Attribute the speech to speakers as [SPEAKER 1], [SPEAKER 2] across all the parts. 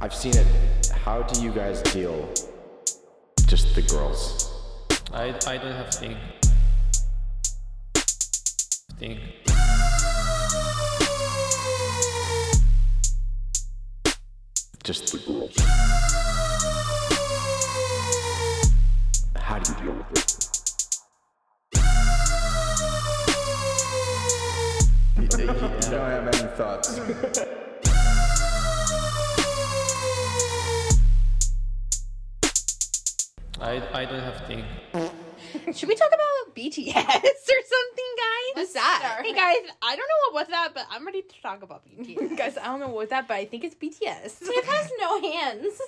[SPEAKER 1] I've seen it. How do you guys deal? Just the girls.
[SPEAKER 2] I, I don't have thing. Thing.
[SPEAKER 1] Just the girls. How do you deal with it?
[SPEAKER 3] I don't have any thoughts.
[SPEAKER 2] I, I don't have thing.
[SPEAKER 4] Should we talk about BTS or something, guys?
[SPEAKER 5] What's that?
[SPEAKER 4] Hey guys, I don't know what's that, but I'm ready to talk about BTS.
[SPEAKER 5] Guys, I don't know what that, but I think it's BTS.
[SPEAKER 4] It has no hands.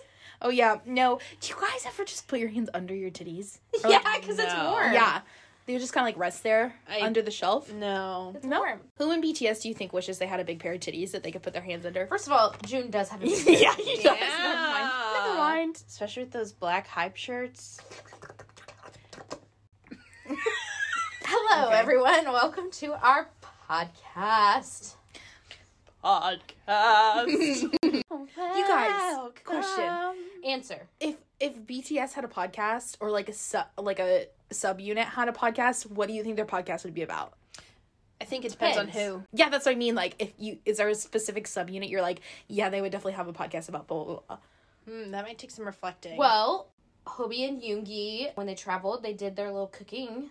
[SPEAKER 5] oh yeah, no. Do you guys ever just put your hands under your titties? Or,
[SPEAKER 4] Yeah,
[SPEAKER 5] like,
[SPEAKER 4] because it's
[SPEAKER 6] no.
[SPEAKER 4] warm.
[SPEAKER 5] yeah. They would just kind of like rest there
[SPEAKER 4] I-
[SPEAKER 5] under the shelf.
[SPEAKER 6] No.
[SPEAKER 4] It's
[SPEAKER 5] No.
[SPEAKER 4] warm.
[SPEAKER 5] Who in BTS do you think wishes they had a big pair of titties that they could put their hands under?
[SPEAKER 4] First of all, June does have a big
[SPEAKER 5] yeah,
[SPEAKER 4] dick.
[SPEAKER 5] you guys.
[SPEAKER 6] Yeah.
[SPEAKER 5] Never mind.
[SPEAKER 6] Especially with those black hype shirts.
[SPEAKER 4] Hello, everyone. Welcome to our podcast.
[SPEAKER 6] Podcast.
[SPEAKER 5] You guys, question.
[SPEAKER 4] Answer.
[SPEAKER 5] If if BTS had a podcast or like a sub like a subunit had a podcast, what do you think their podcast would be about?
[SPEAKER 6] I think it
[SPEAKER 4] depends on who.
[SPEAKER 5] Yeah, that's what I mean. Like, if you is there a specific subunit you're like, yeah, they would definitely have a podcast about blah blah blah.
[SPEAKER 6] Hmm, that might take some reflecting.
[SPEAKER 4] Well, Hobie and Yoongi, when they traveled, they did their little cooking.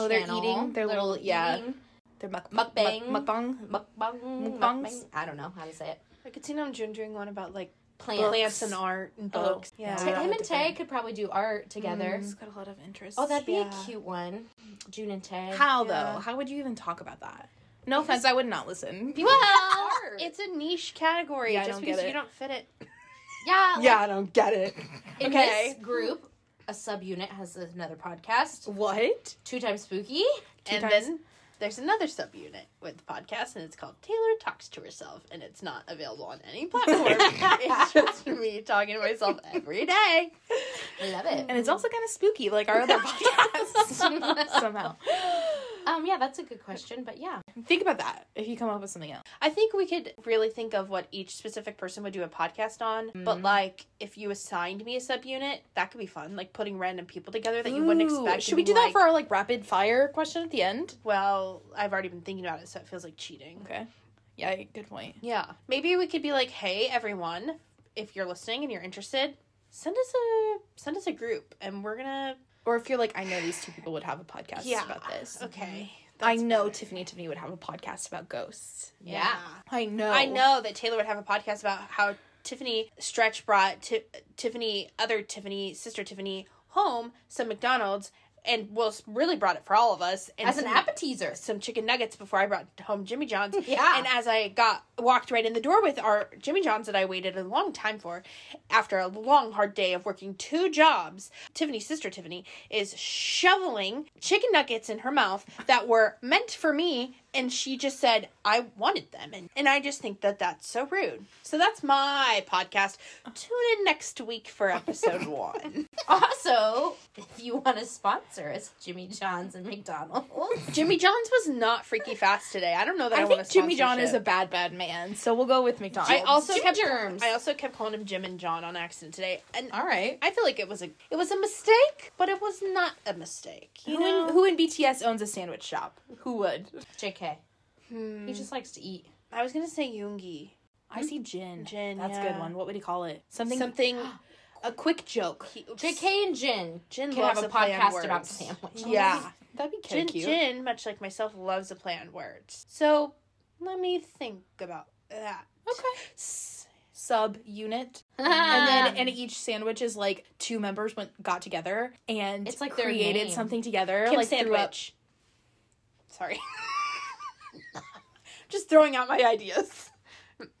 [SPEAKER 5] Oh, they're
[SPEAKER 4] channel,
[SPEAKER 5] eating their little, yeah,
[SPEAKER 4] eating,
[SPEAKER 5] their muk-
[SPEAKER 4] Mukbang.
[SPEAKER 5] muk- mukbang.
[SPEAKER 4] mukbang,
[SPEAKER 5] Mukbangs.
[SPEAKER 4] mukbang. I don't know how to say it.
[SPEAKER 6] I could see Namjoon doing one about like
[SPEAKER 4] Plants.
[SPEAKER 6] plants and art and
[SPEAKER 5] Oh,
[SPEAKER 6] books. yeah.
[SPEAKER 4] Ta- him and Tay could probably do art together.
[SPEAKER 5] It's got a lot of interest.
[SPEAKER 4] Oh, that'd be
[SPEAKER 6] Yeah.
[SPEAKER 4] a cute one. June and Tay.
[SPEAKER 5] how
[SPEAKER 6] Yeah.
[SPEAKER 5] though? How would you even talk about that? No offense, I would not listen.
[SPEAKER 4] well,
[SPEAKER 6] It's a niche category.
[SPEAKER 5] Yeah, I
[SPEAKER 6] just
[SPEAKER 5] don't get
[SPEAKER 6] because
[SPEAKER 5] it.
[SPEAKER 6] you don't fit it.
[SPEAKER 4] yeah, like,
[SPEAKER 5] I don't get it.
[SPEAKER 4] in
[SPEAKER 6] okay.
[SPEAKER 4] this group, a subunit has another podcast,
[SPEAKER 5] What?
[SPEAKER 4] Two Times Spooky.
[SPEAKER 6] and
[SPEAKER 5] times.
[SPEAKER 6] then there's another subunit with the podcast, and it's called Taylor Talks to Herself, and it's not available on any platform. it's just me talking to myself every day.
[SPEAKER 4] I love it.
[SPEAKER 5] And it's also kind of spooky, like our other podcasts. Somehow,
[SPEAKER 4] Um, yeah, that's a good question, but yeah.
[SPEAKER 5] think about that if you come up with something else.
[SPEAKER 6] I think we could really think of what each specific person would do a podcast on,
[SPEAKER 5] Mm-hmm.
[SPEAKER 6] but like if you assigned me a subunit, that could be fun. Like putting random people together that you wouldn't
[SPEAKER 5] Ooh,
[SPEAKER 6] expect.
[SPEAKER 5] Should we do that for our like rapid fire question at the end?
[SPEAKER 6] Well, I've already been thinking about it, so it feels like cheating.
[SPEAKER 5] Okay. Yeah, good point.
[SPEAKER 6] Yeah. Maybe we could be like, "Hey everyone, if you're listening and you're interested, send us a send us a group and we're going to
[SPEAKER 5] Or if you're like, I know these two people would have a podcast
[SPEAKER 6] Yeah.
[SPEAKER 5] about this.
[SPEAKER 4] Mm-hmm.
[SPEAKER 6] Okay.
[SPEAKER 5] I know Tiffany Tiffany would have a podcast about ghosts.
[SPEAKER 4] Yeah.
[SPEAKER 5] I know.
[SPEAKER 6] I know that Taylor would have a podcast about how Tiffany Stretch brought Ti- Tiffany, other Tiffany, sister Tiffany, home some McDonald's and well, s- really brought it for all of us. And
[SPEAKER 4] As an
[SPEAKER 6] some-
[SPEAKER 4] appetizer.
[SPEAKER 6] Some chicken nuggets before I brought home Jimmy John's.
[SPEAKER 4] Yeah.
[SPEAKER 6] And as I got walked right in the door with our Jimmy John's that I waited a long time for, after a long hard day of working two jobs, Tiffany's sister Tiffany is shoveling chicken nuggets in her mouth that were meant for me, and she just said I wanted them, and and I just think that that's so rude. So that's my podcast. Tune in next week for episode one.
[SPEAKER 4] Also, if you want to sponsor us, Jimmy John's and McDonald's.
[SPEAKER 6] Jimmy John's was not freaky fast today. I don't know that I,
[SPEAKER 5] I
[SPEAKER 6] want
[SPEAKER 5] think
[SPEAKER 6] to.
[SPEAKER 5] Jimmy John is a bad, bad man, so we'll go with McDonald's.
[SPEAKER 6] I also
[SPEAKER 4] Jim
[SPEAKER 6] kept
[SPEAKER 4] Germs.
[SPEAKER 6] I also kept calling him Jim and John on accident today, and
[SPEAKER 5] All right.
[SPEAKER 6] I feel like it was a it was a mistake, but it was not a mistake. You
[SPEAKER 5] Who
[SPEAKER 6] know,
[SPEAKER 5] in, who in BTS owns a sandwich shop? Who would?
[SPEAKER 4] JK. He just likes to eat.
[SPEAKER 6] I was gonna say Yoongi
[SPEAKER 5] I see Jin.
[SPEAKER 6] Jin,
[SPEAKER 5] That's a
[SPEAKER 6] yeah.
[SPEAKER 5] good one. What would he call it? Something.
[SPEAKER 6] something, a quick joke. He,
[SPEAKER 4] JK and Jin
[SPEAKER 6] Jin
[SPEAKER 4] can
[SPEAKER 6] loves
[SPEAKER 4] have a
[SPEAKER 6] to play on
[SPEAKER 4] podcast about
[SPEAKER 6] words.
[SPEAKER 4] sandwiches.
[SPEAKER 6] Yeah,
[SPEAKER 5] That'd be
[SPEAKER 6] Jin,
[SPEAKER 5] kind of cute.
[SPEAKER 6] Jin, much like myself, loves to play on words. So let me think about that.
[SPEAKER 5] Okay. Sub unit, and then and each sandwich is like two members went got together and
[SPEAKER 4] It's like their
[SPEAKER 5] created
[SPEAKER 4] name.
[SPEAKER 5] something together.
[SPEAKER 6] Kim
[SPEAKER 5] like threw up-
[SPEAKER 6] sandwich. Sorry. Just throwing out my ideas.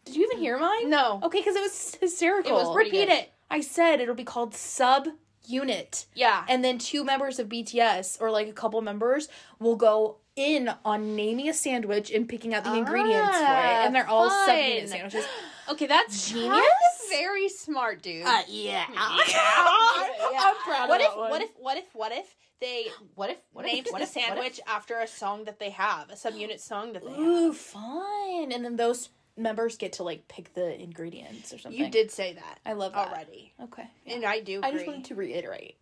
[SPEAKER 5] Did you even hear mine?
[SPEAKER 6] No.
[SPEAKER 5] Okay, because it was hysterical.
[SPEAKER 4] It was pretty
[SPEAKER 6] Repeat
[SPEAKER 4] good.
[SPEAKER 6] it.
[SPEAKER 5] I said it'll be called sub unit.
[SPEAKER 6] Yeah.
[SPEAKER 5] And then two members of BTS or like a couple members will go in on naming a sandwich and picking out the ingredients for it.
[SPEAKER 6] Ah,
[SPEAKER 5] And they're all sub unit
[SPEAKER 6] fun.
[SPEAKER 5] sandwiches.
[SPEAKER 6] okay, that's
[SPEAKER 5] Genius? Uh,
[SPEAKER 6] that's Very smart, dude.
[SPEAKER 4] yeah.
[SPEAKER 5] I'm proud of
[SPEAKER 6] What
[SPEAKER 5] that
[SPEAKER 6] if
[SPEAKER 5] one.
[SPEAKER 6] what if what if what if they
[SPEAKER 4] What if what
[SPEAKER 6] named
[SPEAKER 4] if what
[SPEAKER 6] the
[SPEAKER 4] if, what if-
[SPEAKER 6] sandwich after a song that they have, a subunit song that they have?
[SPEAKER 5] Ooh, fun. And then those members get to like pick the ingredients or something.
[SPEAKER 6] You did say that.
[SPEAKER 5] I love that.
[SPEAKER 6] already,
[SPEAKER 5] Okay.
[SPEAKER 6] and I do. Agree.
[SPEAKER 5] I just wanted to reiterate.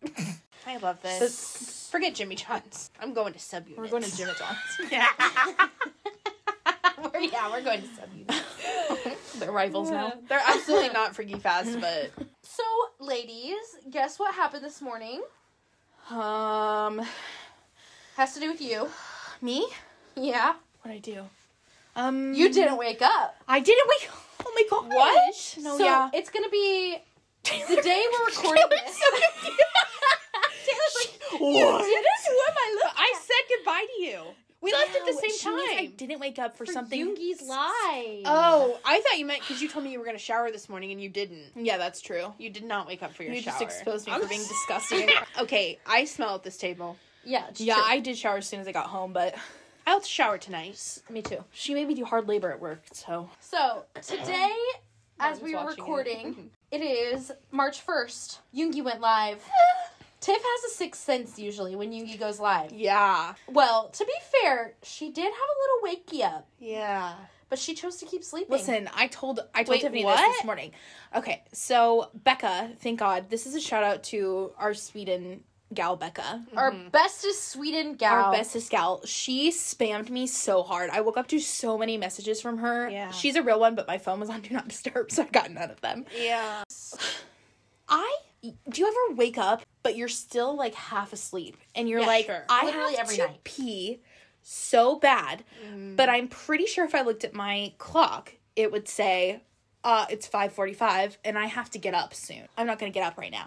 [SPEAKER 6] I love this. Forget Jimmy John's. I'm going to subunits.
[SPEAKER 5] We're going to Jimmy John's.
[SPEAKER 6] yeah. we're, yeah, we're going to subunits.
[SPEAKER 5] They're rivals now.
[SPEAKER 6] They're absolutely not freaky fast, but
[SPEAKER 4] So, ladies, guess what happened this morning?
[SPEAKER 5] Um,
[SPEAKER 4] Has to do with you.
[SPEAKER 5] me?
[SPEAKER 4] Yeah.
[SPEAKER 5] What I do? Um,
[SPEAKER 4] You didn't wake up.
[SPEAKER 5] I didn't wake. Oh my god.
[SPEAKER 4] What?
[SPEAKER 5] No,
[SPEAKER 4] so
[SPEAKER 5] yeah.
[SPEAKER 4] it's gonna be the day we're recording this.
[SPEAKER 5] what?
[SPEAKER 6] am I looking? I said goodbye to you. We left at the
[SPEAKER 5] No,
[SPEAKER 6] same
[SPEAKER 5] she means I
[SPEAKER 6] time.
[SPEAKER 5] didn't wake up for, something.
[SPEAKER 4] Yugi's lie.
[SPEAKER 6] Oh, I thought you meant because you told me you were going to shower this morning and you didn't.
[SPEAKER 5] Yeah, that's true.
[SPEAKER 6] You did not wake up for your
[SPEAKER 5] You
[SPEAKER 6] shower.
[SPEAKER 5] just exposed me
[SPEAKER 6] I'm
[SPEAKER 5] for being
[SPEAKER 6] s-
[SPEAKER 5] disgusting.
[SPEAKER 6] okay, I smell at this table.
[SPEAKER 4] yeah. it's
[SPEAKER 5] yeah,
[SPEAKER 4] true.
[SPEAKER 5] I did shower as soon as I got home, but
[SPEAKER 6] I'll shower tonight.
[SPEAKER 4] me too.
[SPEAKER 5] she made me do hard labor at work, so
[SPEAKER 4] So today, as
[SPEAKER 6] Mom's
[SPEAKER 4] we were
[SPEAKER 6] watching it.
[SPEAKER 4] recording, it is March first. Yoongi went live. Tiff has a sixth sense usually when Yoongi goes live.
[SPEAKER 6] Yeah.
[SPEAKER 4] Well, to be fair, she did have a little wakey up,
[SPEAKER 6] Yeah.
[SPEAKER 4] but she chose to keep sleeping.
[SPEAKER 5] Listen, I told I told
[SPEAKER 6] Wait,
[SPEAKER 5] Tiffany
[SPEAKER 6] what?
[SPEAKER 5] this this morning. Okay, so Becca, thank God, this is a shout out to our Sweden gal Becca,
[SPEAKER 4] our bestest Sweden gal.
[SPEAKER 5] mm-hmm. our bestest gal. She spammed me so hard. I woke up to so many messages from her.
[SPEAKER 6] Yeah.
[SPEAKER 5] she's a real one, but my phone was on do not disturb, so I got none of them.
[SPEAKER 6] Yeah.
[SPEAKER 5] I do you ever wake up but you're still like half asleep and you're
[SPEAKER 6] Yeah,
[SPEAKER 5] like
[SPEAKER 6] sure.
[SPEAKER 5] I
[SPEAKER 4] Literally
[SPEAKER 5] have
[SPEAKER 4] every
[SPEAKER 5] to
[SPEAKER 4] night.
[SPEAKER 5] pee so bad,
[SPEAKER 6] Mm.
[SPEAKER 5] but I'm pretty sure if I looked at my clock, it would say uh it's 5:45 and I have to get up soon. I'm not going to get up right now.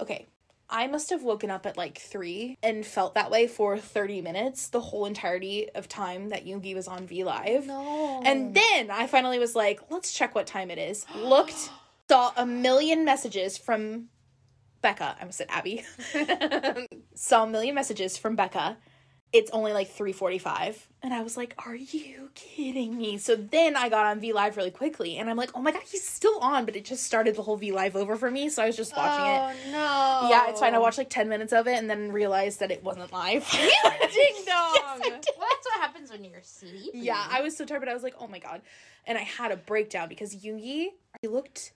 [SPEAKER 5] Okay. I must have woken up at like 3 and felt that way for 30 minutes, the whole entirety of time that Yoongi was on V Live.
[SPEAKER 4] No.
[SPEAKER 5] And then I finally was like, let's check what time it is. Looked, saw a million messages from Becca. I almost said Abby. saw a million messages from Becca. It's only like 3:45. And I was like, are you kidding me? So then I got on V Live really quickly and I'm like, oh my god, he's still on, but it just started the whole V Live over for me. So I was just watching
[SPEAKER 6] Oh,
[SPEAKER 5] it.
[SPEAKER 6] no.
[SPEAKER 5] Yeah, it's fine.
[SPEAKER 4] Oh.
[SPEAKER 5] I watched like 10 minutes of it and then realized that it wasn't live.
[SPEAKER 6] Ding dong.
[SPEAKER 4] well, that's what happens when you're sleeping.
[SPEAKER 5] Yeah, I was so tired, but I was like, oh my god. And I had a breakdown because Yungi, he looked.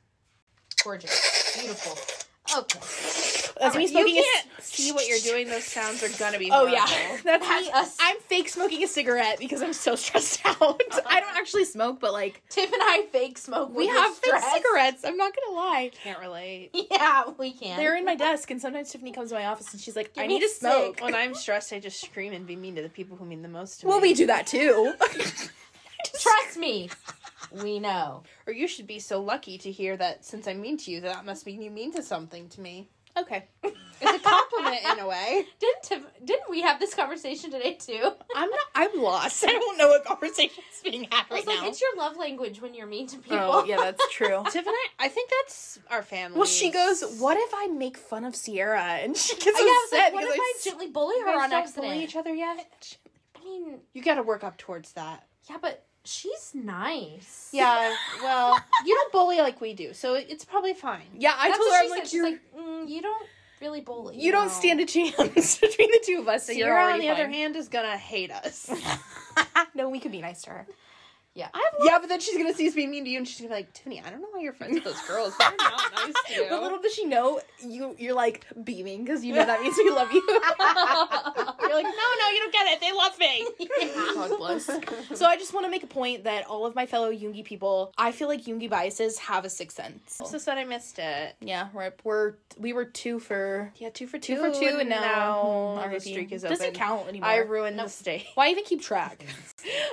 [SPEAKER 4] gorgeous, beautiful. Okay,
[SPEAKER 5] That's me
[SPEAKER 6] You
[SPEAKER 5] smoking a-
[SPEAKER 6] can't see what you're doing. Those sounds are going to be
[SPEAKER 5] Oh
[SPEAKER 6] horrible.
[SPEAKER 5] yeah, that's
[SPEAKER 4] That's
[SPEAKER 5] me.
[SPEAKER 4] us.
[SPEAKER 5] I'm fake smoking a cigarette because I'm so stressed out. I don't actually smoke, but like
[SPEAKER 4] Tiff and I fake smoke.
[SPEAKER 5] we
[SPEAKER 4] when
[SPEAKER 5] have
[SPEAKER 4] we're
[SPEAKER 5] fake
[SPEAKER 4] stressed.
[SPEAKER 5] cigarettes. I'm not gonna lie.
[SPEAKER 6] Can't relate.
[SPEAKER 4] Yeah, we can.
[SPEAKER 5] They're in my desk, and sometimes Tiffany comes to my office and she's like,
[SPEAKER 4] Give
[SPEAKER 5] "I
[SPEAKER 4] me
[SPEAKER 5] need to
[SPEAKER 4] a cig."
[SPEAKER 5] smoke."
[SPEAKER 6] When I'm stressed, I just scream and be mean to the people who mean the most to
[SPEAKER 5] Well,
[SPEAKER 6] me.
[SPEAKER 5] we do that too.
[SPEAKER 4] Trust me, we know.
[SPEAKER 6] Or you should be so lucky to hear that since I'm mean to you, that must mean you mean to something to me.
[SPEAKER 5] okay,
[SPEAKER 6] It's a compliment in a way.
[SPEAKER 4] Didn't Tiff, didn't we have this conversation today too?
[SPEAKER 5] I'm not. I'm lost. I don't know what conversation's being had
[SPEAKER 4] I
[SPEAKER 5] right
[SPEAKER 4] was like,
[SPEAKER 5] now.
[SPEAKER 4] it's your love language when you're mean to people.
[SPEAKER 5] oh yeah, that's true.
[SPEAKER 6] Tiffany, I think that's our family.
[SPEAKER 5] Well, she goes, "What if I make fun of Sierra?" And she gets
[SPEAKER 4] Yeah, I was
[SPEAKER 5] upset
[SPEAKER 4] like, what if
[SPEAKER 5] because
[SPEAKER 4] I
[SPEAKER 5] I
[SPEAKER 4] gently bully
[SPEAKER 6] You
[SPEAKER 4] her
[SPEAKER 6] guys
[SPEAKER 4] on
[SPEAKER 6] don't
[SPEAKER 4] accident?
[SPEAKER 6] bully each other yet?
[SPEAKER 4] I mean,
[SPEAKER 6] You got to work up towards that.
[SPEAKER 4] yeah, but she's nice.
[SPEAKER 6] Yeah, well, you don't bully like we do, so it- it's probably fine.
[SPEAKER 5] Yeah, I
[SPEAKER 4] That's
[SPEAKER 5] told her
[SPEAKER 4] what she
[SPEAKER 5] I'm
[SPEAKER 4] said.
[SPEAKER 5] like
[SPEAKER 4] She's
[SPEAKER 5] you.
[SPEAKER 4] like, mm, you don't really bully.
[SPEAKER 5] you don't stand a chance between the two of us. So you're
[SPEAKER 6] Sierra, on
[SPEAKER 5] already
[SPEAKER 6] the other hand, is gonna hate us.
[SPEAKER 5] hand, no, we could be nice to her.
[SPEAKER 4] Yeah.
[SPEAKER 6] yeah, but then she's gonna see us being mean to you, and she's gonna be like, Tiffany, I don't know why you're friends with those girls. They're not nice to you.
[SPEAKER 5] But little does she know, you you're like beaming because you know that means we love you. you're like, no,
[SPEAKER 6] no, you don't get it. They love me.
[SPEAKER 5] God bless. So I just want to make a point that all of my fellow Yoongi people, I feel like Yoongi biases have a sixth sense.
[SPEAKER 6] so sad I missed it.
[SPEAKER 5] yeah, we're, we're we were two for
[SPEAKER 6] Yeah, two hmm, for
[SPEAKER 5] two, for two, and now
[SPEAKER 6] our
[SPEAKER 5] RIP.
[SPEAKER 6] streak is
[SPEAKER 5] doesn't
[SPEAKER 6] open.
[SPEAKER 5] count anymore.
[SPEAKER 6] I ruined the state.
[SPEAKER 5] Why even keep track?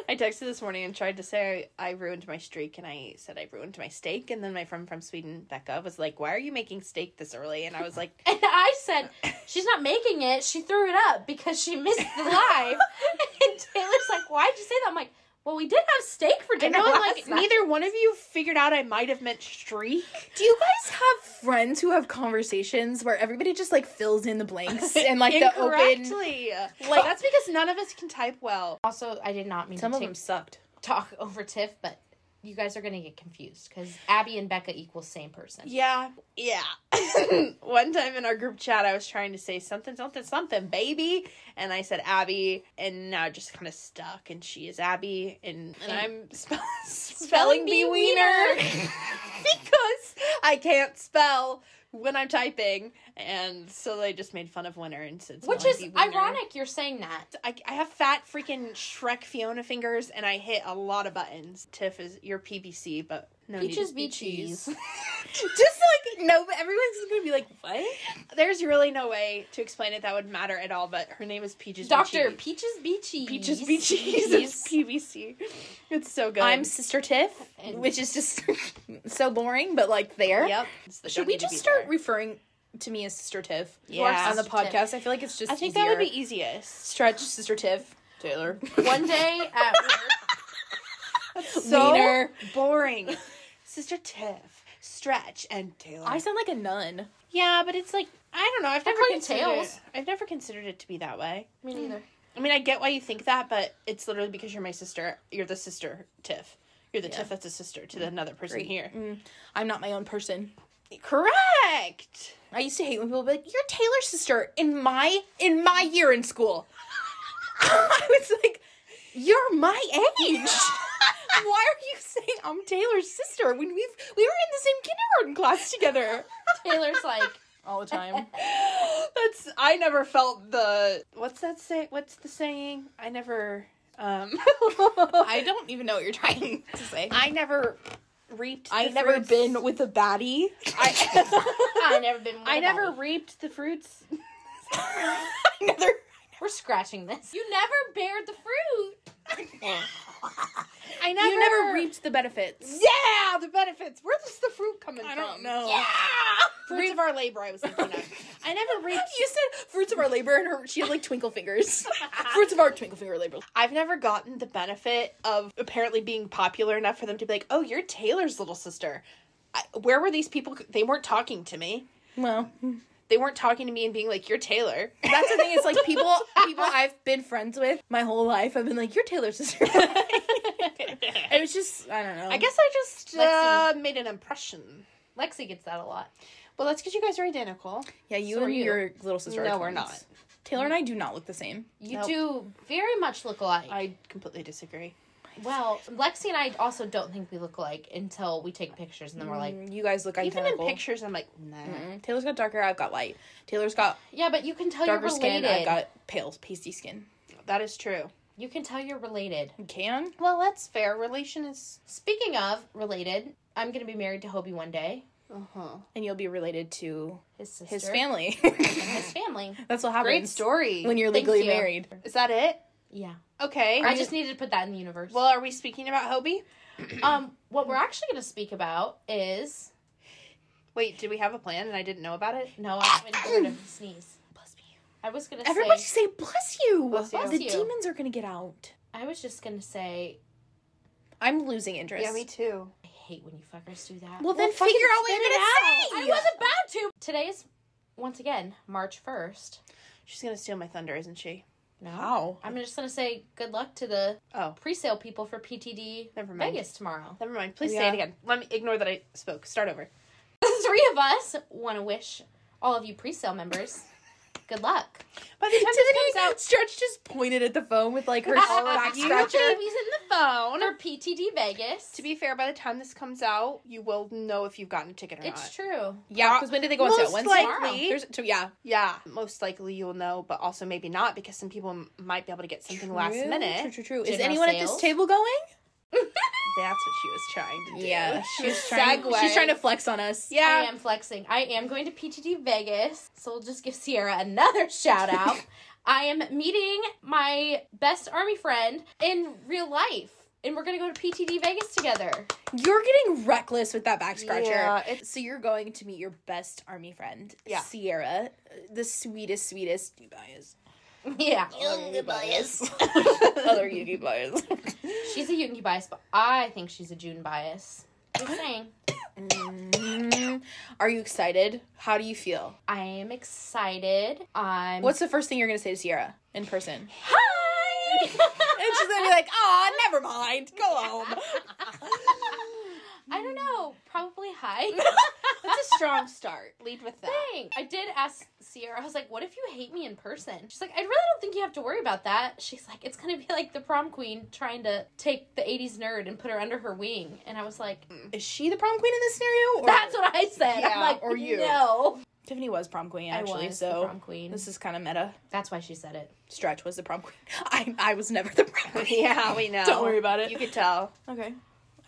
[SPEAKER 6] I texted this morning and tried to say I, I ruined my streak, and I said I ruined my steak. And then my friend from Sweden, Becca, was like, "Why are you making steak this early?" And I was like,
[SPEAKER 4] And I said, she's not making it. She threw it up because she missed the live. and Taylor's like, why'd you say that? I'm like, well, we did have steak for
[SPEAKER 6] "I
[SPEAKER 4] dinner.
[SPEAKER 6] know." I'm
[SPEAKER 4] last
[SPEAKER 6] like,
[SPEAKER 4] night."
[SPEAKER 6] neither one of you figured out I might have meant streak.
[SPEAKER 5] Do you guys have friends who have conversations where everybody just like fills in the blanks and like the open?
[SPEAKER 6] Incorrectly. Like that's because none of us can type well.
[SPEAKER 4] Also, I did not mean
[SPEAKER 5] Some
[SPEAKER 4] to
[SPEAKER 5] of
[SPEAKER 4] take-
[SPEAKER 5] them sucked.
[SPEAKER 4] talk over Tiff, but you guys are gonna get confused because Abby and Becca equal same person.
[SPEAKER 6] Yeah, yeah. One time in our group chat, I was trying to say something, something, something, baby, and I said Abby, and now it just kind of stuck. And she is Abby, and, and I'm spell- spelling bee
[SPEAKER 4] bee
[SPEAKER 6] wiener because I can't spell when I'm typing, and so they just made fun of winner and said,
[SPEAKER 4] Which
[SPEAKER 6] spelling
[SPEAKER 4] is
[SPEAKER 6] bee wiener.
[SPEAKER 4] ironic you're saying that.
[SPEAKER 6] I, I have fat freaking Shrek Fiona fingers, and I hit a lot of buttons. Tiff is your PBC, but no need
[SPEAKER 4] Peaches
[SPEAKER 6] to
[SPEAKER 4] be
[SPEAKER 6] be cheese.
[SPEAKER 4] cheese.
[SPEAKER 5] Just like no, but everyone's just gonna be like, what?
[SPEAKER 6] There's really no way to explain it that would matter at all, but her name is Peaches
[SPEAKER 4] Doctor
[SPEAKER 6] Be
[SPEAKER 4] Peaches be cheese.
[SPEAKER 6] Cheese. Peaches Be Cheese is PVC. It's so good.
[SPEAKER 5] I'm Sister Tiff,
[SPEAKER 4] And-
[SPEAKER 5] which is just so boring, but like there.
[SPEAKER 6] Yep. It's the-
[SPEAKER 5] Should
[SPEAKER 6] don't
[SPEAKER 5] we
[SPEAKER 6] need to
[SPEAKER 5] just
[SPEAKER 6] be
[SPEAKER 5] start
[SPEAKER 6] there.
[SPEAKER 5] referring to me as Sister Tiff?
[SPEAKER 6] Yeah.
[SPEAKER 5] On the
[SPEAKER 4] Sister Tiff.
[SPEAKER 5] podcast, I feel like it's just.
[SPEAKER 6] I think
[SPEAKER 5] easier.
[SPEAKER 6] that would be easiest.
[SPEAKER 5] stretch Sister Tiff Taylor.
[SPEAKER 4] One day at work,
[SPEAKER 6] So
[SPEAKER 5] Wiener.
[SPEAKER 6] boring. Sister Tiff, Stretch, and Taylor.
[SPEAKER 5] I sound like a nun.
[SPEAKER 6] yeah, but it's like I don't know. I've never
[SPEAKER 4] call you
[SPEAKER 6] considered.
[SPEAKER 4] Tails.
[SPEAKER 6] It, I've never considered it to be that way.
[SPEAKER 4] me neither.
[SPEAKER 6] I mean, I get why you think that, but it's literally because you're my sister. You're the sister Tiff. You're the Tiff that's a sister to another person here.
[SPEAKER 5] I'm not my own person.
[SPEAKER 6] Correct.
[SPEAKER 5] I used to hate when people would be like, "You're Taylor's sister." In my in my year in school, I was like, "You're my age." Why are you saying I'm Taylor's sister when we've we were in the same kindergarten class together
[SPEAKER 4] Taylor's like,
[SPEAKER 5] all the time?
[SPEAKER 6] That's I never felt the what's that say what's the saying? I never um
[SPEAKER 5] I don't even know what you're trying to say.
[SPEAKER 6] I never reaped
[SPEAKER 5] I've
[SPEAKER 6] the
[SPEAKER 5] never
[SPEAKER 6] fruits-
[SPEAKER 5] been with a baddie.
[SPEAKER 6] I,
[SPEAKER 4] I never been. with
[SPEAKER 6] I
[SPEAKER 4] a
[SPEAKER 6] never
[SPEAKER 4] body.
[SPEAKER 6] reaped the fruits.
[SPEAKER 5] Another.
[SPEAKER 4] We're scratching this. You never bared the fruit.
[SPEAKER 6] I never
[SPEAKER 5] You never reaped the benefits.
[SPEAKER 6] Yeah, the benefits. Where's the fruit coming
[SPEAKER 5] I
[SPEAKER 6] from?
[SPEAKER 5] don't know.
[SPEAKER 6] Yeah. Fruits of our labor I was thinking of. I never reaped
[SPEAKER 5] You said fruits of our labor, and her, she had like twinkle fingers. fruits of our twinkle finger labor.
[SPEAKER 6] I've never gotten the benefit of apparently being popular enough for them to be like, "Oh, you're Taylor's little sister." I, where were these people? They weren't talking to me.
[SPEAKER 5] Well,
[SPEAKER 6] They weren't talking to me and being like, "You're Taylor."
[SPEAKER 5] that's the thing. It's like people, people I've been friends with my whole life. I've been like, "You're Taylor's sister." it was just, I don't know.
[SPEAKER 6] I guess I just uh,
[SPEAKER 4] Let's
[SPEAKER 6] made an impression.
[SPEAKER 4] Lexi gets that a lot.
[SPEAKER 6] Well, that's because you guys are identical.
[SPEAKER 5] Yeah, you
[SPEAKER 4] So are
[SPEAKER 5] and
[SPEAKER 4] you.
[SPEAKER 5] your little sister.
[SPEAKER 6] No,
[SPEAKER 5] are
[SPEAKER 6] we're
[SPEAKER 5] twins.
[SPEAKER 6] not.
[SPEAKER 5] Taylor and I do not look the same.
[SPEAKER 4] You
[SPEAKER 6] Nope.
[SPEAKER 4] do very much look alike.
[SPEAKER 6] I completely disagree.
[SPEAKER 4] well, Lexi and I also don't think we look alike until we take pictures and then we're like,
[SPEAKER 6] Mm.
[SPEAKER 5] You guys look
[SPEAKER 6] Even
[SPEAKER 5] identical.
[SPEAKER 6] in pictures, I'm like, nah.
[SPEAKER 5] Mm, Taylor's got darker. I've got light. Taylor's got
[SPEAKER 4] yeah, but you can tell
[SPEAKER 5] darker
[SPEAKER 4] you're
[SPEAKER 5] skin.
[SPEAKER 4] related.
[SPEAKER 5] I've got pale, pasty skin.
[SPEAKER 6] That is true.
[SPEAKER 4] You can tell you're related.
[SPEAKER 5] You can.
[SPEAKER 6] Well, that's fair. Relation is.
[SPEAKER 4] Speaking of related, I'm gonna be married to Hobie one day.
[SPEAKER 6] Uh huh.
[SPEAKER 5] And you'll be related to
[SPEAKER 4] His sister,
[SPEAKER 5] his family.
[SPEAKER 4] and his family.
[SPEAKER 5] That's what happens.
[SPEAKER 6] Great story.
[SPEAKER 5] When you're
[SPEAKER 4] Thank
[SPEAKER 5] legally
[SPEAKER 4] you.
[SPEAKER 5] married.
[SPEAKER 6] is that it?
[SPEAKER 4] Yeah,
[SPEAKER 6] Okay.
[SPEAKER 4] I just needed to put that in the universe.
[SPEAKER 6] Well, are we speaking about Hobie?
[SPEAKER 4] um, what we're actually gonna speak about is
[SPEAKER 6] Wait, did we have a plan and I didn't know about it?
[SPEAKER 4] no, I haven't heard him sneeze. Bless me. I was gonna
[SPEAKER 5] Everybody
[SPEAKER 4] say.
[SPEAKER 5] say bless you.
[SPEAKER 6] Bless you.
[SPEAKER 5] The
[SPEAKER 4] Bless you.
[SPEAKER 5] demons are gonna get out.
[SPEAKER 4] I was just gonna say.
[SPEAKER 5] I'm losing interest.
[SPEAKER 6] too.
[SPEAKER 4] I hate when you fuckers do that.
[SPEAKER 5] Well, then
[SPEAKER 6] fucking
[SPEAKER 5] figure out what
[SPEAKER 6] spit
[SPEAKER 5] you're
[SPEAKER 6] it
[SPEAKER 5] gonna
[SPEAKER 6] out.
[SPEAKER 5] say.
[SPEAKER 4] I was about to. Today's once again March first.
[SPEAKER 6] She's gonna steal my thunder, isn't she?
[SPEAKER 4] No,
[SPEAKER 5] Wow.
[SPEAKER 4] I'm just gonna say good luck to the
[SPEAKER 6] Oh,
[SPEAKER 4] pre-sale people for PTD
[SPEAKER 6] Never mind.
[SPEAKER 4] Vegas tomorrow.
[SPEAKER 6] never mind. Please say
[SPEAKER 5] Yeah.
[SPEAKER 6] it again. Let me ignore that I spoke. Start over.
[SPEAKER 4] The three of us want to wish all of you pre-sale members good luck.
[SPEAKER 6] By the time this
[SPEAKER 5] Tiffany
[SPEAKER 6] comes out,
[SPEAKER 5] Stretch just pointed at the phone with like her back scratcher.
[SPEAKER 4] babies in the phone for PTD Vegas.
[SPEAKER 6] to be fair, by the time this comes out, you will know if you've gotten a ticket or not.
[SPEAKER 4] it's true.
[SPEAKER 5] Yeah, because when did they go on
[SPEAKER 6] Most
[SPEAKER 5] sale? When's
[SPEAKER 6] likely.
[SPEAKER 5] tomorrow? There's, so, yeah.
[SPEAKER 6] Yeah, most likely you'll know, but also maybe not because some people m- might be able to get something last
[SPEAKER 5] True,
[SPEAKER 6] minute.
[SPEAKER 5] True, true, true. Is
[SPEAKER 4] General
[SPEAKER 5] anyone at
[SPEAKER 4] sales.
[SPEAKER 5] this table going?
[SPEAKER 6] That's what she was trying to do.
[SPEAKER 5] she's trying.
[SPEAKER 6] Segue.
[SPEAKER 5] She's trying to flex on us.
[SPEAKER 4] I
[SPEAKER 6] Yeah.
[SPEAKER 4] am flexing. I am going to PTD Vegas, so we'll just give Sierra another shout out. I am meeting my best army friend in real life, and we're gonna go to PTD Vegas together.
[SPEAKER 5] You're getting reckless with that back scratcher.
[SPEAKER 6] Yeah, it's-
[SPEAKER 5] so you're going to meet your best army friend,
[SPEAKER 6] Yeah.
[SPEAKER 5] Sierra, the sweetest, sweetest bias.
[SPEAKER 4] Yeah,
[SPEAKER 5] Other Yugi bias.
[SPEAKER 4] she's a Yungi bias, but I think she's a June bias. Just saying.
[SPEAKER 5] Mm. Are you excited? How do you feel?
[SPEAKER 4] I am excited. I'm.
[SPEAKER 5] What's the first thing you're gonna say to Sierra in person?
[SPEAKER 4] hi?
[SPEAKER 5] And she's gonna be like, "Aw, never mind. Go home."
[SPEAKER 4] hi.
[SPEAKER 6] That's a strong start. Lead with that.
[SPEAKER 4] Thanks. I did ask Sierra, I was like, what if you hate me in person? She's like, I really don't think you have to worry about that. She's like, it's gonna be like the prom queen trying to take the 80s nerd and put her under her wing. And I was like,
[SPEAKER 5] Is she the prom queen in this scenario? Or
[SPEAKER 4] that's what I said.
[SPEAKER 6] Mm. Yeah,
[SPEAKER 4] I'm like,
[SPEAKER 5] or you.
[SPEAKER 4] No.
[SPEAKER 5] Tiffany was prom queen actually.
[SPEAKER 4] was the
[SPEAKER 5] so
[SPEAKER 4] prom queen.
[SPEAKER 5] this is kind of meta.
[SPEAKER 4] That's why she said it.
[SPEAKER 5] Stretch was the prom queen. I I was never the prom queen.
[SPEAKER 6] Yeah, we know.
[SPEAKER 5] Don't worry about it.
[SPEAKER 6] You could tell.
[SPEAKER 5] Okay.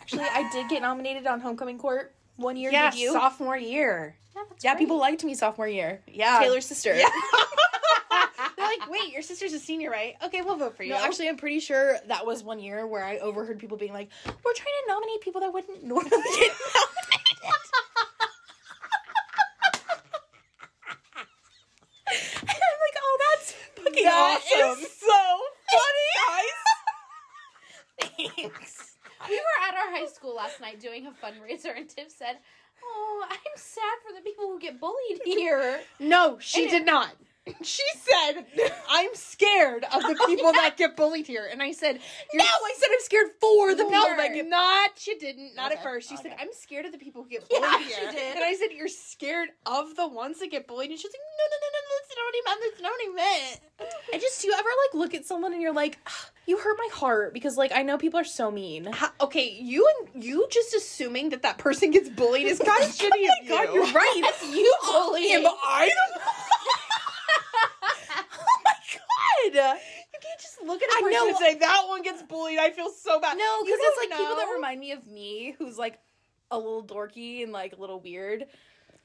[SPEAKER 5] Actually, I did get nominated on homecoming court one year.
[SPEAKER 6] Yeah,
[SPEAKER 5] did you?
[SPEAKER 6] sophomore year.
[SPEAKER 4] Yeah, that's
[SPEAKER 5] yeah,
[SPEAKER 4] great.
[SPEAKER 5] people liked me sophomore year.
[SPEAKER 6] Yeah.
[SPEAKER 5] Taylor's sister.
[SPEAKER 6] Yeah. They're like, wait, your sister's a senior, right? Okay, we'll vote for you.
[SPEAKER 5] No, actually, I'm pretty sure that was one year where I overheard people being like, "We're trying to nominate people that wouldn't normally get nominated." and I'm like, "Oh, that's fucking
[SPEAKER 6] That
[SPEAKER 5] awesome!
[SPEAKER 6] is
[SPEAKER 5] so funny, guys." Thanks.
[SPEAKER 4] We were at our high school last night doing a fundraiser, and Tiff said, Oh, I'm sad for the people who get bullied here.
[SPEAKER 6] no, she did not. She said, I'm scared of the people that get bullied here. And I said,
[SPEAKER 5] No, I said I'm scared for the people
[SPEAKER 6] No,
[SPEAKER 5] that get.
[SPEAKER 6] not. She didn't. Not at
[SPEAKER 5] Okay,
[SPEAKER 6] first. She
[SPEAKER 5] okay.
[SPEAKER 6] said, "I'm scared of the people who get
[SPEAKER 4] Yeah,
[SPEAKER 6] bullied."
[SPEAKER 4] she
[SPEAKER 6] here."
[SPEAKER 4] did.
[SPEAKER 6] And I said, "You're scared of the ones that get bullied." And she's like, "No, no, no, no. That's not what I meant. That's not what I meant."
[SPEAKER 5] I just do you ever like look at someone and you're like, "Ah, you hurt my heart because like I know people are so mean.
[SPEAKER 6] How- okay, you and you just assuming that that person gets bullied is kind of shitty of you.
[SPEAKER 5] God, you're right.
[SPEAKER 4] You bully.
[SPEAKER 5] Am I the? oh my god!
[SPEAKER 6] You can't just look at a
[SPEAKER 5] I
[SPEAKER 6] person
[SPEAKER 5] know.
[SPEAKER 6] and say that one gets bullied. I feel so bad.
[SPEAKER 5] No,
[SPEAKER 6] You
[SPEAKER 5] because it's like
[SPEAKER 6] don't
[SPEAKER 5] people that
[SPEAKER 6] know.
[SPEAKER 5] remind me of me, who's like a little dorky and like a little weird.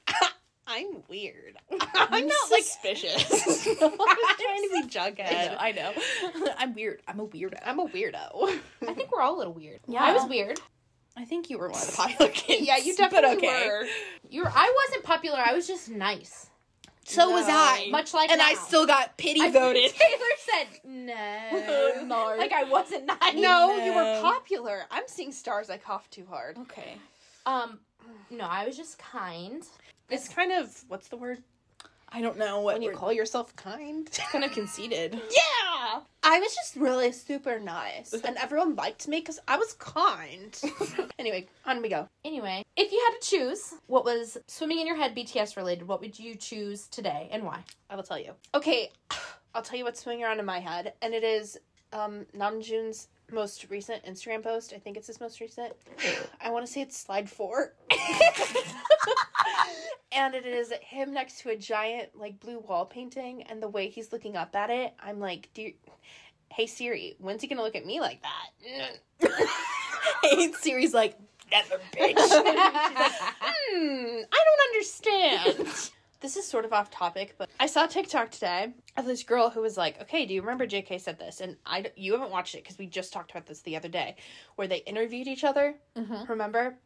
[SPEAKER 6] I'm weird. I'm not like
[SPEAKER 5] suspicious.
[SPEAKER 6] I'm trying to
[SPEAKER 5] I
[SPEAKER 6] be
[SPEAKER 5] know.
[SPEAKER 6] jughead.
[SPEAKER 5] I know. I'm weird. I'm a weirdo.
[SPEAKER 6] I'm a weirdo.
[SPEAKER 4] I think we're all a little weird.
[SPEAKER 5] Yeah.
[SPEAKER 4] I was weird.
[SPEAKER 5] I think you were one of the popular kids.
[SPEAKER 6] yeah, you
[SPEAKER 5] but
[SPEAKER 6] definitely
[SPEAKER 5] okay.
[SPEAKER 6] were.
[SPEAKER 4] You were, I wasn't popular. I was just nice.
[SPEAKER 5] So was
[SPEAKER 6] No.
[SPEAKER 5] I.
[SPEAKER 4] Much like
[SPEAKER 5] and
[SPEAKER 4] now.
[SPEAKER 5] I still got pity
[SPEAKER 4] I-
[SPEAKER 5] voted.
[SPEAKER 4] Taylor said no.
[SPEAKER 5] No.
[SPEAKER 4] Like I wasn't nice.
[SPEAKER 6] No, you were
[SPEAKER 5] No.
[SPEAKER 6] popular. I'm seeing stars. I cough too hard.
[SPEAKER 5] Okay.
[SPEAKER 4] Um, no, I was just kind.
[SPEAKER 6] It's kind of what's the word
[SPEAKER 5] I don't know what
[SPEAKER 6] when you
[SPEAKER 5] we're-
[SPEAKER 6] call yourself kind?
[SPEAKER 5] kind of conceited.
[SPEAKER 6] yeah, I was just really super nice, and everyone liked me because I was kind. anyway, on we go.
[SPEAKER 4] Anyway, if you had to choose what was swimming in your head BTS related, what would you choose today and why?
[SPEAKER 6] I will tell you. Okay, I'll tell you what's swinging around in my head, and it is um, Namjoon's most recent Instagram post. I think it's his most recent. I want to say it's slide four. and it is him next to a giant like blue wall painting, and the way he's looking up at it, I'm like, do you- Hey Siri, when's he gonna look at me like that?
[SPEAKER 5] Eight series like never bitch.
[SPEAKER 6] hmm, I don't understand. this is sort of off topic, but I saw TikTok today of this girl who was like, "Okay, do you remember JK said this?" And I d- you haven't watched it because we just talked about this the other day, where they interviewed each other. Remember?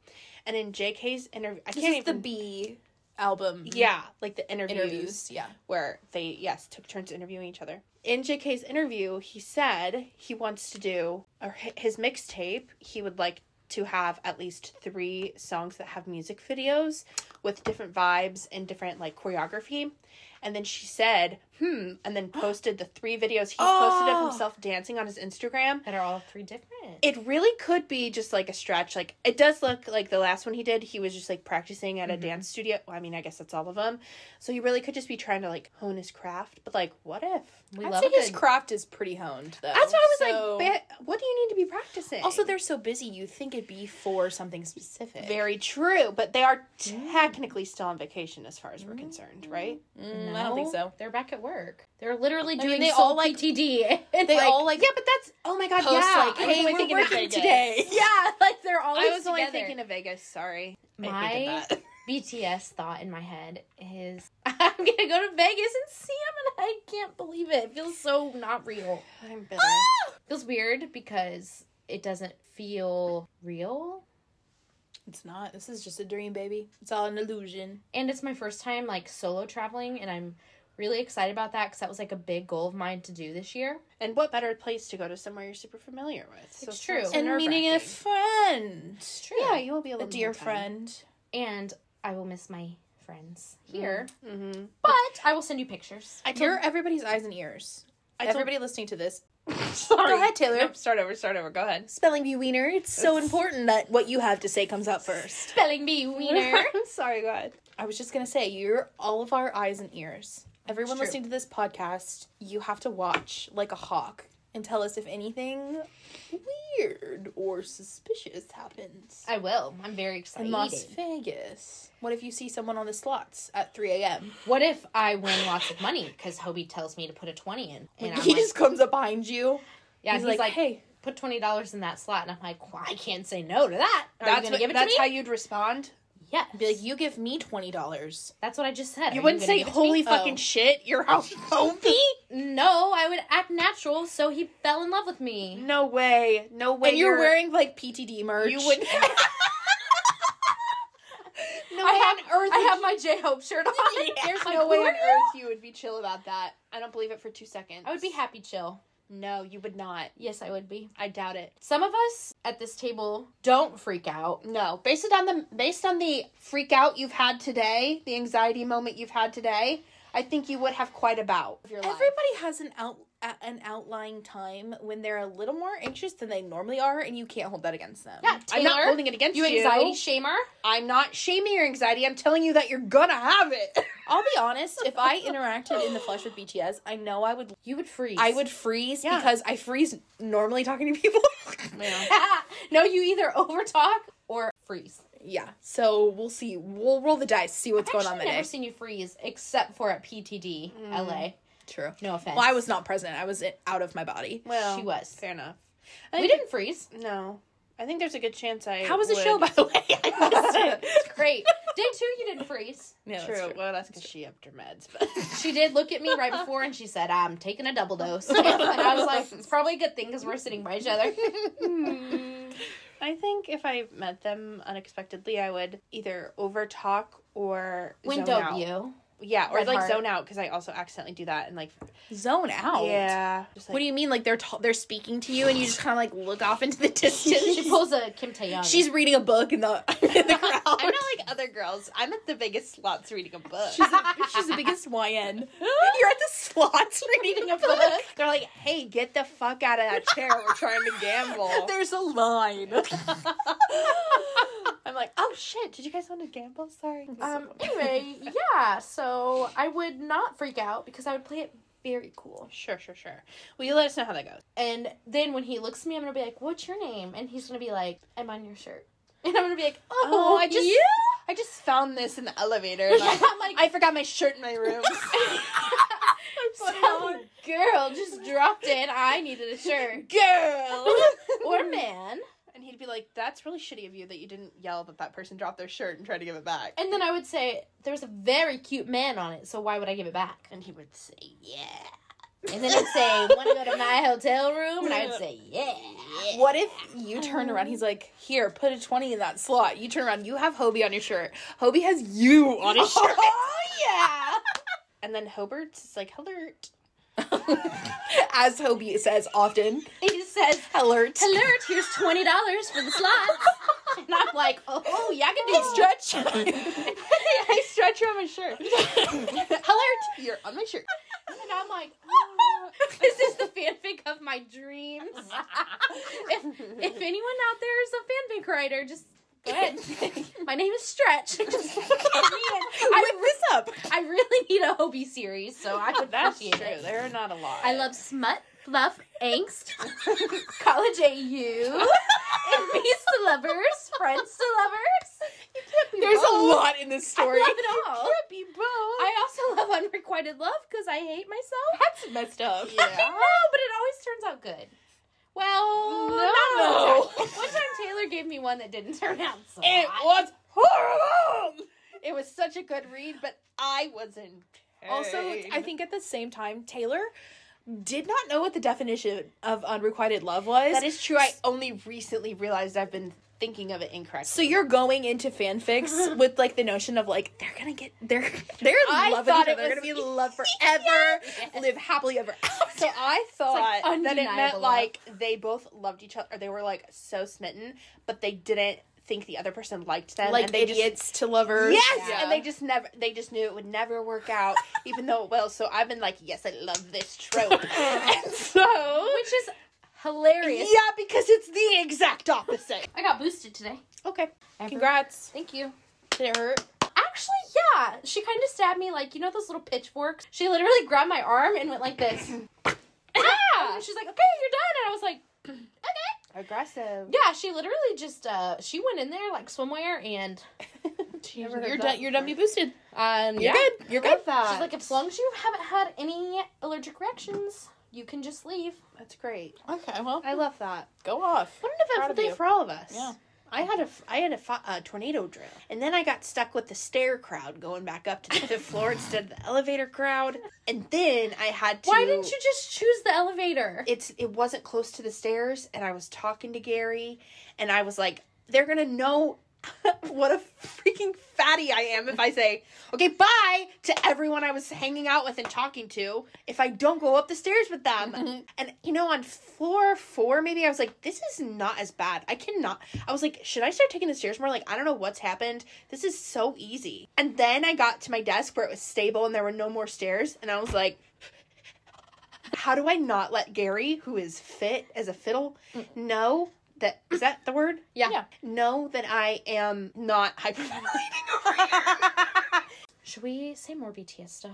[SPEAKER 6] And in JK's interview, I can't even.
[SPEAKER 5] B album.
[SPEAKER 6] yeah, like the interviews,
[SPEAKER 5] Interviews. Yeah.
[SPEAKER 6] where they yes took turns interviewing each other. In JK's interview, he said he wants to do or hi- his mixtape. He would like to have at least three songs that have music videos with different vibes and different like choreography. And then she said, "Hmm," and then posted the three videos he posted
[SPEAKER 5] Oh.
[SPEAKER 6] of himself dancing on his Instagram.
[SPEAKER 4] That are all three different.
[SPEAKER 6] It really could be just like a stretch. Like it does look like the last one he did, he was just like practicing at a dance studio. Well, I mean, I guess that's all of them. So he really could just be trying to like hone his craft. But like, what if?
[SPEAKER 4] We
[SPEAKER 5] I
[SPEAKER 4] love
[SPEAKER 5] think
[SPEAKER 4] a
[SPEAKER 5] his
[SPEAKER 4] good-
[SPEAKER 5] craft is pretty honed though.
[SPEAKER 6] That's why I was
[SPEAKER 5] So-
[SPEAKER 6] like, "Ba- what do you need to be practicing?
[SPEAKER 5] Also, they're so busy. You think it'd be for something specific.
[SPEAKER 6] very true, but they are technically still on vacation as far as we're concerned, right?
[SPEAKER 5] Mm, I don't think so.
[SPEAKER 4] They're back at work. They're literally doing
[SPEAKER 5] they
[SPEAKER 4] they
[SPEAKER 5] all,
[SPEAKER 4] all
[SPEAKER 5] like-
[SPEAKER 4] like TD. And
[SPEAKER 5] They
[SPEAKER 4] like,
[SPEAKER 5] all like
[SPEAKER 6] Yeah, but that's oh my god,
[SPEAKER 5] post
[SPEAKER 6] yeah.
[SPEAKER 5] like,
[SPEAKER 6] I was
[SPEAKER 5] "Hey,
[SPEAKER 6] only
[SPEAKER 5] we're
[SPEAKER 6] thinking of
[SPEAKER 5] working
[SPEAKER 6] Vegas.
[SPEAKER 5] today."
[SPEAKER 4] yeah, like they're always
[SPEAKER 6] I was only
[SPEAKER 4] together.
[SPEAKER 6] thinking of Vegas. Sorry, I hated
[SPEAKER 4] my
[SPEAKER 6] that.
[SPEAKER 4] BTS thought in my head is I'm gonna go to Vegas and see him, and I can't believe it. It feels so not real.
[SPEAKER 6] I'm bitter.
[SPEAKER 4] feels weird because it doesn't feel real.
[SPEAKER 5] It's not. This is just a dream, baby. It's all an illusion.
[SPEAKER 4] And it's my first time like solo traveling, and I'm really excited about that because that was like a big goal of mine to do this year.
[SPEAKER 6] and what better place to go to somewhere you're super familiar with? So
[SPEAKER 4] It's true.
[SPEAKER 6] not so
[SPEAKER 5] And meeting a
[SPEAKER 6] nerve-wracking.
[SPEAKER 5] friend,
[SPEAKER 4] True.
[SPEAKER 6] yeah, you will be
[SPEAKER 5] a
[SPEAKER 6] able to
[SPEAKER 5] dear friend.
[SPEAKER 4] And I will miss my friends here,
[SPEAKER 6] Mm-hmm.
[SPEAKER 4] but I will send you pictures.
[SPEAKER 5] I You're everybody's eyes and ears.
[SPEAKER 6] I told-
[SPEAKER 5] Everybody listening to this,
[SPEAKER 6] Sorry.
[SPEAKER 5] Go ahead, Taylor.
[SPEAKER 6] Nope, start over, start over. Go ahead.
[SPEAKER 5] Spelling bee wiener. It's so important that what you have to say comes out first.
[SPEAKER 4] Spelling bee wiener.
[SPEAKER 6] I'm sorry, go ahead.
[SPEAKER 5] I was just gonna say, you're all of our eyes and ears. Everyone
[SPEAKER 6] true.
[SPEAKER 5] listening to this podcast, you have to watch like a hawk and tell us if anything weird or suspicious happens.
[SPEAKER 4] I will. I'm very
[SPEAKER 5] In
[SPEAKER 4] excited.
[SPEAKER 5] Las Vegas. What if you see someone on the slots at 3 a.m.?
[SPEAKER 4] What if I win lots of money because Hobie tells me to put a twenty in, and I'm
[SPEAKER 5] he
[SPEAKER 4] like,
[SPEAKER 5] just comes up behind you.
[SPEAKER 4] yeah,
[SPEAKER 5] he's, like, hey.
[SPEAKER 4] put twenty dollars in that slot, and I'm like, well, I can't say no to that. Are you gonna
[SPEAKER 6] what-
[SPEAKER 4] give it to
[SPEAKER 6] that's
[SPEAKER 4] me?
[SPEAKER 6] how you'd respond.
[SPEAKER 4] yes.
[SPEAKER 5] Be like, you give me $20.
[SPEAKER 4] that's what I just said.
[SPEAKER 6] You
[SPEAKER 4] Are
[SPEAKER 6] wouldn't
[SPEAKER 4] gonna
[SPEAKER 6] say,
[SPEAKER 4] give it to
[SPEAKER 6] holy
[SPEAKER 4] me?" Uh,
[SPEAKER 6] fucking
[SPEAKER 5] Oh.
[SPEAKER 6] shit, you're homophobic.
[SPEAKER 4] No, I would act natural, so he fell in love with me.
[SPEAKER 6] no way. No way.
[SPEAKER 5] And you're, wearing like PTD merch.
[SPEAKER 6] You would. no way
[SPEAKER 4] have-
[SPEAKER 6] on earth.
[SPEAKER 4] I
[SPEAKER 6] would
[SPEAKER 4] have my J Hope shirt on.
[SPEAKER 6] you- There's
[SPEAKER 4] Like,
[SPEAKER 6] no way
[SPEAKER 4] who
[SPEAKER 6] on
[SPEAKER 4] are you?
[SPEAKER 6] earth you would be chill about that. I don't believe it for two seconds.
[SPEAKER 4] I would be happy chill.
[SPEAKER 6] No, you would not.
[SPEAKER 4] Yes, I would be.
[SPEAKER 6] I doubt it.
[SPEAKER 4] Some of us at this table don't freak out.
[SPEAKER 6] No, based on the based on the freak out you've had today, the anxiety moment you've had today, I think you would have quite a bout of your life.
[SPEAKER 5] Everybody has an out a- an outlying time when they're a little more anxious than they normally are, and you can't hold that against them.
[SPEAKER 4] Yeah,
[SPEAKER 6] I'm not
[SPEAKER 4] Taylor,
[SPEAKER 6] holding it against you.
[SPEAKER 4] you anxiety shamer.
[SPEAKER 6] I'm not shaming your anxiety. I'm telling you that you're gonna have it.
[SPEAKER 5] I'll be honest. If I interacted in the flesh with BTS, I know I would
[SPEAKER 4] You would freeze.
[SPEAKER 5] I would freeze
[SPEAKER 6] Yeah.
[SPEAKER 5] because I freeze normally talking to people. yeah.
[SPEAKER 4] no, you either overtalk or freeze.
[SPEAKER 5] So we'll see. We'll roll the dice, see what's going on
[SPEAKER 4] Actually,
[SPEAKER 5] that day.
[SPEAKER 4] never seen you freeze except for at PTD LA.
[SPEAKER 5] True.
[SPEAKER 4] No offense.
[SPEAKER 5] Well, I was not present. I was in- out of my body.
[SPEAKER 6] Well,
[SPEAKER 4] She was.
[SPEAKER 6] fair enough. I
[SPEAKER 4] We
[SPEAKER 6] think-
[SPEAKER 4] didn't freeze.
[SPEAKER 6] No, I think there's a good chance I.
[SPEAKER 5] How was the
[SPEAKER 6] would-
[SPEAKER 5] show, by the way? I missed it.
[SPEAKER 4] Great. Day two, you didn't freeze.
[SPEAKER 5] No, that's
[SPEAKER 6] True. Well, that's because she upped her meds, but
[SPEAKER 4] She did look at me right before and she said, I'm taking a double dose. and I was like, it's probably a good thing because we're sitting by each other.
[SPEAKER 6] I think if I met them unexpectedly, I would either overtalk or zone
[SPEAKER 4] Window
[SPEAKER 6] out.
[SPEAKER 4] view.
[SPEAKER 6] Yeah, or
[SPEAKER 4] Red
[SPEAKER 6] like
[SPEAKER 4] heart.
[SPEAKER 6] zone out because I also accidentally do that and like
[SPEAKER 5] Zone out.
[SPEAKER 6] yeah. Just like,
[SPEAKER 5] What do you mean? Like they're t- they're speaking to you, and you just kind of like look off into the distance.
[SPEAKER 4] She pulls a Kim Taeyong.
[SPEAKER 5] She's reading a book in the, in the crowd.
[SPEAKER 6] I'm not like other girls. I'm at the biggest slots reading a book.
[SPEAKER 5] She's the, she's the biggest YN. You're at the slots reading a book.
[SPEAKER 6] They're like, hey, get the fuck out of that chair. We're trying to gamble.
[SPEAKER 5] There's a line.
[SPEAKER 6] I'm like, oh shit, did you guys want to gamble? Sorry.
[SPEAKER 4] Um, anyway, yeah, so I would not freak out because I would play it very cool.
[SPEAKER 6] sure, sure, sure. Will you let us know how that goes?
[SPEAKER 4] And then when he looks at me, I'm gonna be like, "What's your name?" And he's gonna be like, "I'm on your shirt." And I'm gonna be like, "Oh, I just
[SPEAKER 5] you?
[SPEAKER 6] I just found this in the elevator.
[SPEAKER 4] Yeah, I'm like-
[SPEAKER 6] I forgot my shirt in my room.
[SPEAKER 4] some girl just dropped in. I needed a shirt
[SPEAKER 6] Girl.
[SPEAKER 4] or man."
[SPEAKER 6] and he'd be like, that's really shitty of you that you didn't yell that that person dropped their shirt and try to give it back.
[SPEAKER 4] And then I would say, "There's a very cute man on it, so why would I give it back?"
[SPEAKER 6] And he would say, yeah.
[SPEAKER 4] And then I'd say, "Want to go to my hotel room?" And I would say, "Yeah."
[SPEAKER 5] What if you turn around? He's like, here, put a 20 in that slot. You turn around, you have Hobie on your shirt. Hobie has you on his shirt.
[SPEAKER 6] yeah. and then Hobart's is like, alert.
[SPEAKER 5] As Hobie says often,
[SPEAKER 4] He says,
[SPEAKER 5] alert.
[SPEAKER 4] "Alert! Here's twenty dollars for the slots." and I'm like, "Oh, yeah, I can do stretch."
[SPEAKER 5] Stretch.
[SPEAKER 6] I stretch on my shirt. alert. You're on my shirt.
[SPEAKER 4] And I'm like, "Oh, this is the fanfic of my dreams. if, if anyone out there is a fanfic writer, just go ahead. my name is Stretch. Just get me in. I,
[SPEAKER 5] Whip this up.
[SPEAKER 4] I really need a Hobie series, so I would
[SPEAKER 6] That's true.
[SPEAKER 4] appreciate it.
[SPEAKER 6] There are not a lot.
[SPEAKER 4] I love smut, fluff, angst, college AU, enemies to lovers, friends to lovers. You can't be
[SPEAKER 5] There's a
[SPEAKER 4] wrong.
[SPEAKER 5] lot in this story.
[SPEAKER 4] I love it all.
[SPEAKER 6] be both.
[SPEAKER 4] I also love unrequited love because I hate myself.
[SPEAKER 5] That's messed up.
[SPEAKER 4] I know, but it always turns out good. Well,
[SPEAKER 5] No.
[SPEAKER 4] not one time. One time Taylor gave me one that didn't turn out so
[SPEAKER 6] It
[SPEAKER 4] hot.
[SPEAKER 6] was horrible. It was such a good read, but I wasn't.
[SPEAKER 5] Also, I think at the same time, Taylor did not know what the definition of unrequited love was.
[SPEAKER 6] that is true. I only recently realized I've been thinking of it incorrectly.
[SPEAKER 5] so you're going into fanfics with like the notion of like they're gonna get they're they're
[SPEAKER 6] I
[SPEAKER 5] in love with each
[SPEAKER 6] thought
[SPEAKER 5] other.
[SPEAKER 6] it
[SPEAKER 5] They're
[SPEAKER 6] was-
[SPEAKER 5] gonna be in love forever, live happily ever after.
[SPEAKER 6] So I
[SPEAKER 4] like
[SPEAKER 6] thought that it
[SPEAKER 4] undeniable
[SPEAKER 6] meant
[SPEAKER 4] love.
[SPEAKER 6] like they both loved each other, or they were like so smitten, but they didn't think the other person liked them.
[SPEAKER 5] like
[SPEAKER 6] and they just-
[SPEAKER 5] idiots to lovers.
[SPEAKER 6] Yes,
[SPEAKER 5] Yeah.
[SPEAKER 6] and they just never they just knew it would never work out, even though it will. So I've been like, yes, I love this trope, and so
[SPEAKER 4] Which is hilarious.
[SPEAKER 6] yeah, because it's the exact opposite.
[SPEAKER 4] I got boosted today.
[SPEAKER 6] Okay,
[SPEAKER 4] Ever.
[SPEAKER 6] congrats.
[SPEAKER 4] Thank you.
[SPEAKER 6] Did it hurt?
[SPEAKER 4] Actually, yeah. She kind of stabbed me, like, you know those little pitchforks? She literally grabbed my arm and went like this. ah! And she's like, okay, you're done. And I was like, okay.
[SPEAKER 6] Aggressive.
[SPEAKER 4] Yeah, she literally just, uh, she went in there like swimwear and.
[SPEAKER 5] You're done. You're done. Be boosted.
[SPEAKER 4] Um,
[SPEAKER 5] You're
[SPEAKER 4] yeah.
[SPEAKER 5] good. You're good.
[SPEAKER 6] that.
[SPEAKER 4] She's like, as long as you haven't had any allergic reactions, you can just leave.
[SPEAKER 6] That's great.
[SPEAKER 5] Okay. Well,
[SPEAKER 6] I love that.
[SPEAKER 5] go off.
[SPEAKER 6] What an eventful
[SPEAKER 5] of
[SPEAKER 6] day
[SPEAKER 5] you.
[SPEAKER 6] for all of us.
[SPEAKER 5] Yeah.
[SPEAKER 6] I had a f- I had a, fi- a tornado drill, and then I got stuck with the stair crowd going back up to the fifth floor instead of the elevator crowd, and then I had to.
[SPEAKER 4] Why didn't you just choose the elevator?
[SPEAKER 6] it's it wasn't close to the stairs and i was talking to gary and i was like they're gonna know what a freaking fatty i am if i say okay bye to everyone i was hanging out with and talking to if i don't go up the stairs with them and you know on floor four maybe i was like this is not as bad i cannot i was like should i start taking the stairs more like i don't know what's happened this is so easy and then i got to my desk where it was stable and there were no more stairs and i was like how do I not let Gary, who is fit as a fiddle, know that is that the word?
[SPEAKER 4] Yeah.
[SPEAKER 6] Know that I am not hyperventilating over
[SPEAKER 4] Should we say more BTS stuff?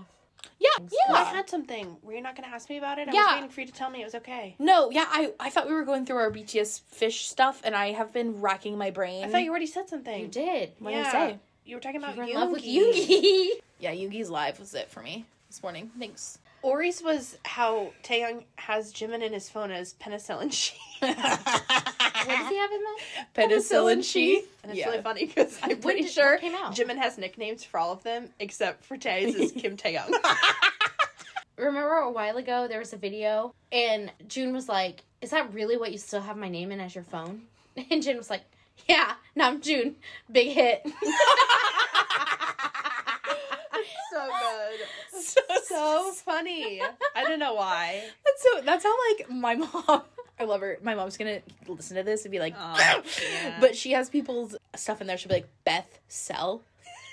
[SPEAKER 6] Yeah, yeah. I had something. Were you not going to ask me about it? I was
[SPEAKER 5] Yeah.
[SPEAKER 6] waiting for you to tell me it was okay.
[SPEAKER 5] No. Yeah. I I thought we were going through our BTS fish stuff, and I have been racking my brain.
[SPEAKER 6] I thought you already said something.
[SPEAKER 4] You did.
[SPEAKER 5] What Mm-hmm. did
[SPEAKER 6] Yeah.
[SPEAKER 5] I say?
[SPEAKER 6] You were talking about
[SPEAKER 4] We're in
[SPEAKER 6] Yoongi.
[SPEAKER 4] love with Yugi.
[SPEAKER 5] Yeah. Yugi's live was it for me this morning. Thanks.
[SPEAKER 6] Ori's was how Taeyong has Jimin in his phone as penicillin she.
[SPEAKER 4] what does he have in that?
[SPEAKER 5] Penicillin she.
[SPEAKER 6] And it's really funny because I'm pretty
[SPEAKER 4] did- what
[SPEAKER 6] sure
[SPEAKER 4] came out?
[SPEAKER 6] Jimin has nicknames for all of them except for Tae's is Kim Taeyong.
[SPEAKER 4] Remember a while ago there was a video and June was like, "Is that really what you still have my name in as your phone?" And Jin was like, "Yeah, no, I'm June. Big hit."
[SPEAKER 6] so good.
[SPEAKER 5] So,
[SPEAKER 6] so funny. I don't know why.
[SPEAKER 5] That's so. That's how like my mom. I love her. My mom's gonna listen to this and be like,
[SPEAKER 6] Oh, yeah.
[SPEAKER 5] but she has people's stuff in there. She'll be like Beth Cell.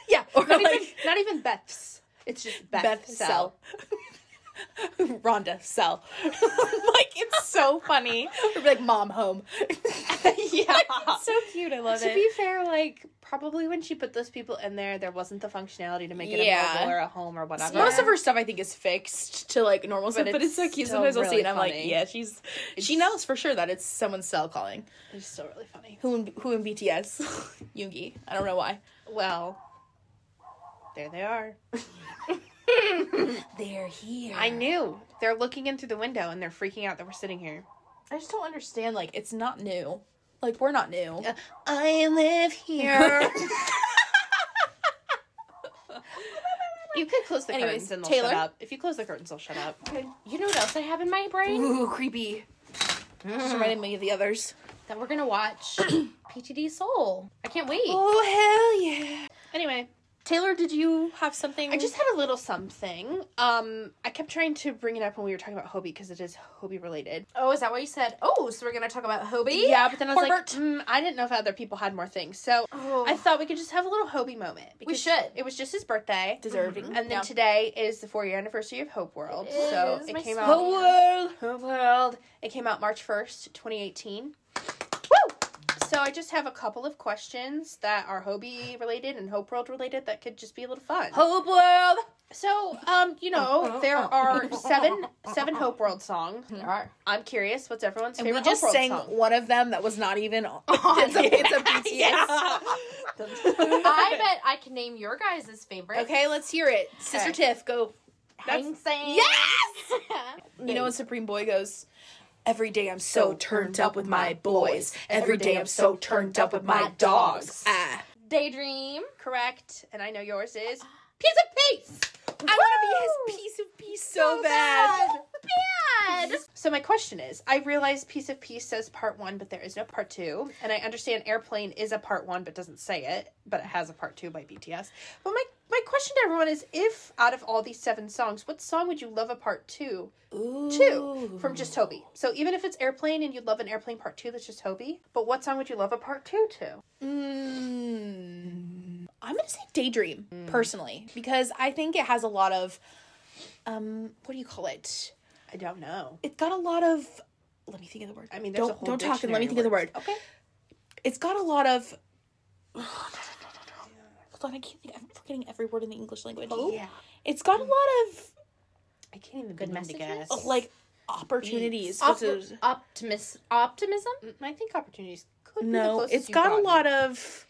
[SPEAKER 6] Yeah,
[SPEAKER 5] Or
[SPEAKER 6] not, even,
[SPEAKER 5] like-
[SPEAKER 6] not even Beth's. It's just Beth,
[SPEAKER 5] Beth
[SPEAKER 6] Cell.
[SPEAKER 5] Cell. Rhonda Cell. like it's so funny. Or be like mom home.
[SPEAKER 6] yeah.
[SPEAKER 5] so cute. I love
[SPEAKER 6] to
[SPEAKER 5] it.
[SPEAKER 6] be fair, like probably when she put those people in there, there wasn't the functionality to make it
[SPEAKER 5] Yeah.
[SPEAKER 6] a mobile or a home or whatever.
[SPEAKER 5] Most of her stuff I think is fixed to like normal stuff, but
[SPEAKER 6] it's
[SPEAKER 5] it's so cute.
[SPEAKER 6] still
[SPEAKER 5] Sometimes I'll see
[SPEAKER 6] really
[SPEAKER 5] it and I'm like,
[SPEAKER 6] funny.
[SPEAKER 5] yeah, she's she knows for sure that it's someone's cell calling.
[SPEAKER 6] is still really funny.
[SPEAKER 5] Who in who in BTS? Yoongi. I don't know why.
[SPEAKER 6] Well, there they are.
[SPEAKER 5] They're here.
[SPEAKER 6] I knew they're looking in through the window and they're freaking out that we're sitting here.
[SPEAKER 5] I just don't understand. Like, it's not new. Like, we're not new.
[SPEAKER 6] Uh, I live here. you could close the
[SPEAKER 5] Anyways,
[SPEAKER 6] curtains and they'll
[SPEAKER 5] Taylor?
[SPEAKER 6] shut up. If you close the curtains, they'll shut up.
[SPEAKER 4] you know what else I have in my brain
[SPEAKER 5] Ooh, creepy. Just reminded me of the others.
[SPEAKER 4] that we're gonna watch? PTD Soul. I can't wait.
[SPEAKER 5] Oh hell yeah!
[SPEAKER 6] Anyway,
[SPEAKER 5] Taylor, did you have something?
[SPEAKER 6] I just had a little something. Um, I kept trying to bring it up when we were talking about Hobie because it is Hobie related.
[SPEAKER 4] Oh, is that why you said? Oh, so we're gonna talk about Hobie?
[SPEAKER 6] Yeah, but then I was like,
[SPEAKER 5] Herbert.
[SPEAKER 6] mm, I didn't know if other people had more things, so
[SPEAKER 4] Oh.
[SPEAKER 6] I thought we could just have a little Hobie moment. because
[SPEAKER 4] should.
[SPEAKER 6] It was just his birthday,
[SPEAKER 5] deserving.
[SPEAKER 6] and then today is the four year anniversary of Hope World,
[SPEAKER 4] It
[SPEAKER 6] so
[SPEAKER 4] is,
[SPEAKER 6] it
[SPEAKER 4] my
[SPEAKER 6] came
[SPEAKER 4] sweet.
[SPEAKER 6] out.
[SPEAKER 4] Hope
[SPEAKER 6] World, Hope World. It came out March first, twenty eighteen. Woo! So I just have a couple of questions that are Hobie related and Hope World related that could just be a little fun.
[SPEAKER 5] Hope World.
[SPEAKER 6] So, um, you know, there are seven seven Hope World songs.
[SPEAKER 4] All right.
[SPEAKER 6] I'm curious, what's everyone's
[SPEAKER 5] And
[SPEAKER 6] favorite
[SPEAKER 5] we just
[SPEAKER 6] Hope World
[SPEAKER 5] sang
[SPEAKER 6] song?
[SPEAKER 5] one of them that was not even. on. it's, a, it's a BTS.
[SPEAKER 4] I bet I can name your guys' favorite.
[SPEAKER 5] Okay, let's hear it. Sister
[SPEAKER 6] Okay.
[SPEAKER 5] Tiff, go.
[SPEAKER 4] Hang Sang. Yes.
[SPEAKER 5] You know when Supreme Boy goes. Every day I'm so turned up with my boys. Every day I'm so turned up with my dogs. Ah.
[SPEAKER 4] Daydream.
[SPEAKER 6] Correct, and I know yours is
[SPEAKER 4] Piece of peace.
[SPEAKER 5] I want to be his piece of peace so, bad.
[SPEAKER 4] Bad.
[SPEAKER 6] So my question is, I realize Piece of Peace says part one, but there is no part two, and I understand Airplane is a part one, but doesn't say it, but it has a part two by BTS. But my my question to everyone is, if out of all these seven songs, what song would you love a part two to from just Toby? So even if it's Airplane and you'd love an Airplane part two, that's just Toby. But what song would you love a part two to?
[SPEAKER 5] Mm, I'm gonna say daydream personally because I think it has a lot of, um, what do you call it?
[SPEAKER 6] I don't know.
[SPEAKER 5] It's got a lot of. Let me think of the word.
[SPEAKER 6] I mean, there's
[SPEAKER 5] don't
[SPEAKER 6] a whole
[SPEAKER 5] don't talk and let me think
[SPEAKER 6] dictionary
[SPEAKER 5] of the word.
[SPEAKER 6] words. Okay.
[SPEAKER 5] It's got a lot of.
[SPEAKER 6] Oh,
[SPEAKER 5] Hold on, I can't think. I'm forgetting every word in the English language.
[SPEAKER 6] Oh, Yeah.
[SPEAKER 5] It's got a lot
[SPEAKER 6] I can't even begin to guess.
[SPEAKER 5] of like opportunities.
[SPEAKER 4] Oh, Opt- optimis- optimism?
[SPEAKER 6] Mm, I think opportunities could be the
[SPEAKER 5] no,
[SPEAKER 6] closest
[SPEAKER 5] it's
[SPEAKER 6] you've
[SPEAKER 5] got
[SPEAKER 6] gotten.
[SPEAKER 5] a lot of.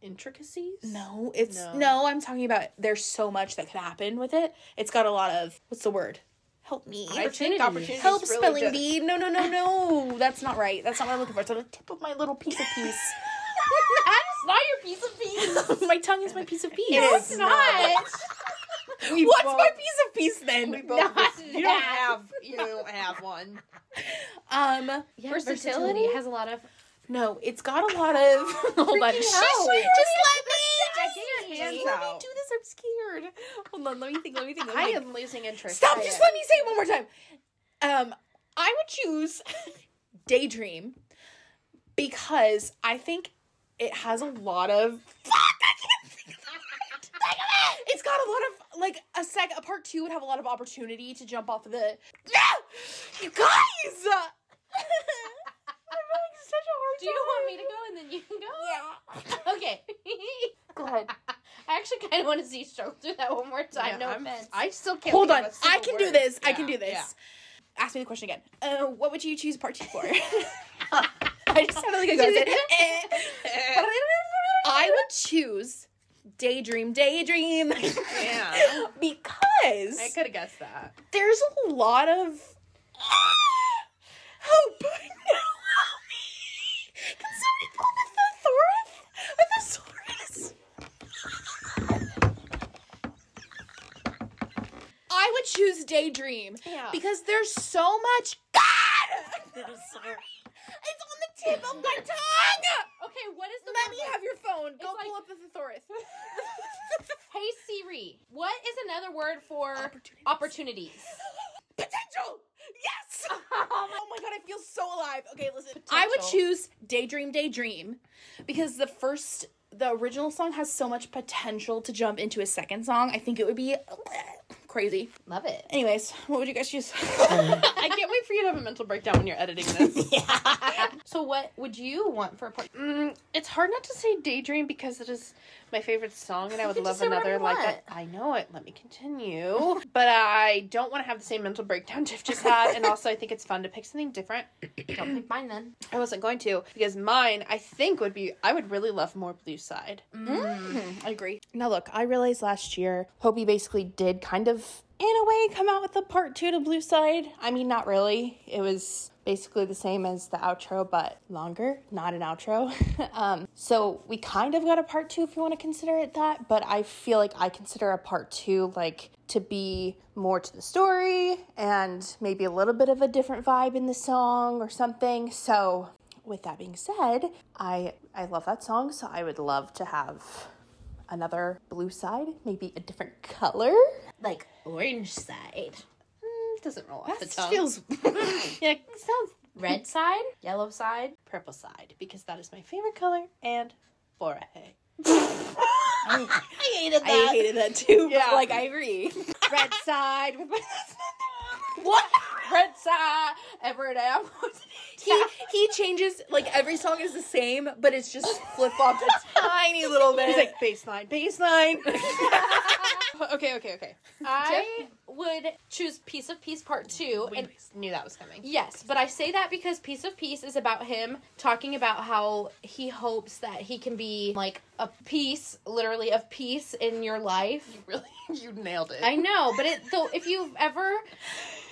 [SPEAKER 6] intricacies.
[SPEAKER 5] No, it's
[SPEAKER 6] No.
[SPEAKER 5] no. I'm talking about there's so much that could happen with it. It's got a lot of what's the word? Help me.
[SPEAKER 6] I think
[SPEAKER 4] Opportunities.
[SPEAKER 6] opportunities
[SPEAKER 5] Help
[SPEAKER 6] really
[SPEAKER 5] spelling
[SPEAKER 6] do-
[SPEAKER 5] bee. No, no, no, no. That's not right. That's not what I'm looking for. It's on the tip of my little piece of piece.
[SPEAKER 4] That is not your piece of peace.
[SPEAKER 5] my tongue is my piece of piece.
[SPEAKER 4] It's not.
[SPEAKER 6] We
[SPEAKER 5] What's
[SPEAKER 6] both-
[SPEAKER 5] my piece of piece then?
[SPEAKER 6] we
[SPEAKER 4] Not
[SPEAKER 6] both- you don't
[SPEAKER 4] that.
[SPEAKER 6] have you don't have one.
[SPEAKER 5] Um,
[SPEAKER 4] Yeah,
[SPEAKER 5] Versatility?
[SPEAKER 4] has a lot of.
[SPEAKER 5] no, it's got a lot of. Hold on.
[SPEAKER 4] Freaking
[SPEAKER 5] Shh,
[SPEAKER 4] out.
[SPEAKER 5] just let me.
[SPEAKER 4] I
[SPEAKER 5] Just
[SPEAKER 4] see your
[SPEAKER 5] let me
[SPEAKER 6] hands out.
[SPEAKER 5] do this. I'm scared. Hold on. Let me think. Let me think. Let me
[SPEAKER 6] I
[SPEAKER 5] think.
[SPEAKER 6] am losing interest.
[SPEAKER 5] Stop!
[SPEAKER 6] I
[SPEAKER 5] Just
[SPEAKER 6] am.
[SPEAKER 5] let me say it one more time. Um, I would choose Daydream because I think it has a lot of. Fuck! I can't think of the word. Think of it. It's got a lot of like a sec. A part two would have a lot of opportunity to jump off of the. No, you guys. I'm having such a hard
[SPEAKER 4] Do you want me to go and then you can go? Yeah. Okay. go ahead. I actually kind of want to see you struggle through that one more time.
[SPEAKER 6] Yeah,
[SPEAKER 4] no
[SPEAKER 6] I'm-
[SPEAKER 4] offense.
[SPEAKER 6] I still can't.
[SPEAKER 5] Hold
[SPEAKER 6] think
[SPEAKER 5] on.
[SPEAKER 6] of a single
[SPEAKER 5] I can do
[SPEAKER 6] word.
[SPEAKER 5] this. I
[SPEAKER 6] Yeah,
[SPEAKER 5] can do this.
[SPEAKER 6] yeah.
[SPEAKER 5] Ask me the question again. Uh, what would you choose part two for? I just sounded like a ghost. Eh. I would choose daydream, daydream.
[SPEAKER 6] Yeah.
[SPEAKER 5] because
[SPEAKER 6] I could have guessed that.
[SPEAKER 5] there's a lot of help. No, help me. Can somebody pull the thesaurus? A thesaurus? I would choose daydream
[SPEAKER 6] Yeah.
[SPEAKER 5] because there's so much. God, I'm sorry. It's on the tip of my tongue.
[SPEAKER 4] okay, what is the
[SPEAKER 5] Let
[SPEAKER 4] word
[SPEAKER 5] me
[SPEAKER 4] like-
[SPEAKER 5] have your phone. Go
[SPEAKER 4] like-
[SPEAKER 5] pull up the thesaurus.
[SPEAKER 4] Hey Siri, what is another word for
[SPEAKER 5] Opportunities.
[SPEAKER 4] opportunities?
[SPEAKER 5] Potential. Yes.
[SPEAKER 4] Oh
[SPEAKER 5] Oh my god, I feel so alive. Okay, listen. I would
[SPEAKER 4] Potential.
[SPEAKER 5] choose Daydream Daydream because the first the original song has so much potential to jump into a second song. I think it would be crazy.
[SPEAKER 4] Love it.
[SPEAKER 5] Anyways, what would you guys choose?
[SPEAKER 6] I can't wait for you to have a mental breakdown when you're editing this.
[SPEAKER 4] So what would you want for a part?
[SPEAKER 6] Mm, it's hard not to say daydream because it is my favorite song and I would
[SPEAKER 4] can
[SPEAKER 6] love
[SPEAKER 4] just say whatever
[SPEAKER 6] another
[SPEAKER 4] you
[SPEAKER 6] like
[SPEAKER 4] want.
[SPEAKER 6] that. I know it. Let me continue. but I don't want to have the same mental breakdown Tiff just had. And also, I think it's fun to pick something different.
[SPEAKER 4] Don't pick mine then.
[SPEAKER 6] I wasn't going to because mine, I think, would be I would really love more Blue Side.
[SPEAKER 5] I agree.
[SPEAKER 6] Now, look, I realized last year Hobie basically did kind of, in a way, come out with a part two to Blue Side. I mean, not really. It was basically the same as the outro, but longer, not an outro. um, so we kind of got a part two if you want to consider it that, but I feel like I consider a part two like to be more to the story and maybe a little bit of a different vibe in the song or something. So. With that being said, I I love that song, so I would love to have another blue side, maybe a different color.
[SPEAKER 4] Like orange side,
[SPEAKER 6] Doesn't roll off the
[SPEAKER 5] This
[SPEAKER 6] tongue.
[SPEAKER 5] feels
[SPEAKER 6] yeah, it sounds
[SPEAKER 4] red side, yellow side.
[SPEAKER 6] purple side because that is my favorite color and Borahe.
[SPEAKER 5] I hated that. I hated that too,
[SPEAKER 6] Yeah.
[SPEAKER 5] but like I agree.
[SPEAKER 6] Red side with my
[SPEAKER 5] what?
[SPEAKER 4] Red side, Everett Am.
[SPEAKER 5] He he changes like every song is the same, but it's just flip flopped a tiny little bit.
[SPEAKER 6] He's like baseline, baseline. okay, okay, okay.
[SPEAKER 4] I would choose Piece of Peace Part Two,
[SPEAKER 6] We
[SPEAKER 4] and
[SPEAKER 6] knew that was coming.
[SPEAKER 4] Yes, but I say that because Piece of Peace is about him talking about how he hopes that he can be like a piece, literally of peace in your life.
[SPEAKER 6] Really, you nailed it.
[SPEAKER 4] I know, but it though if you've ever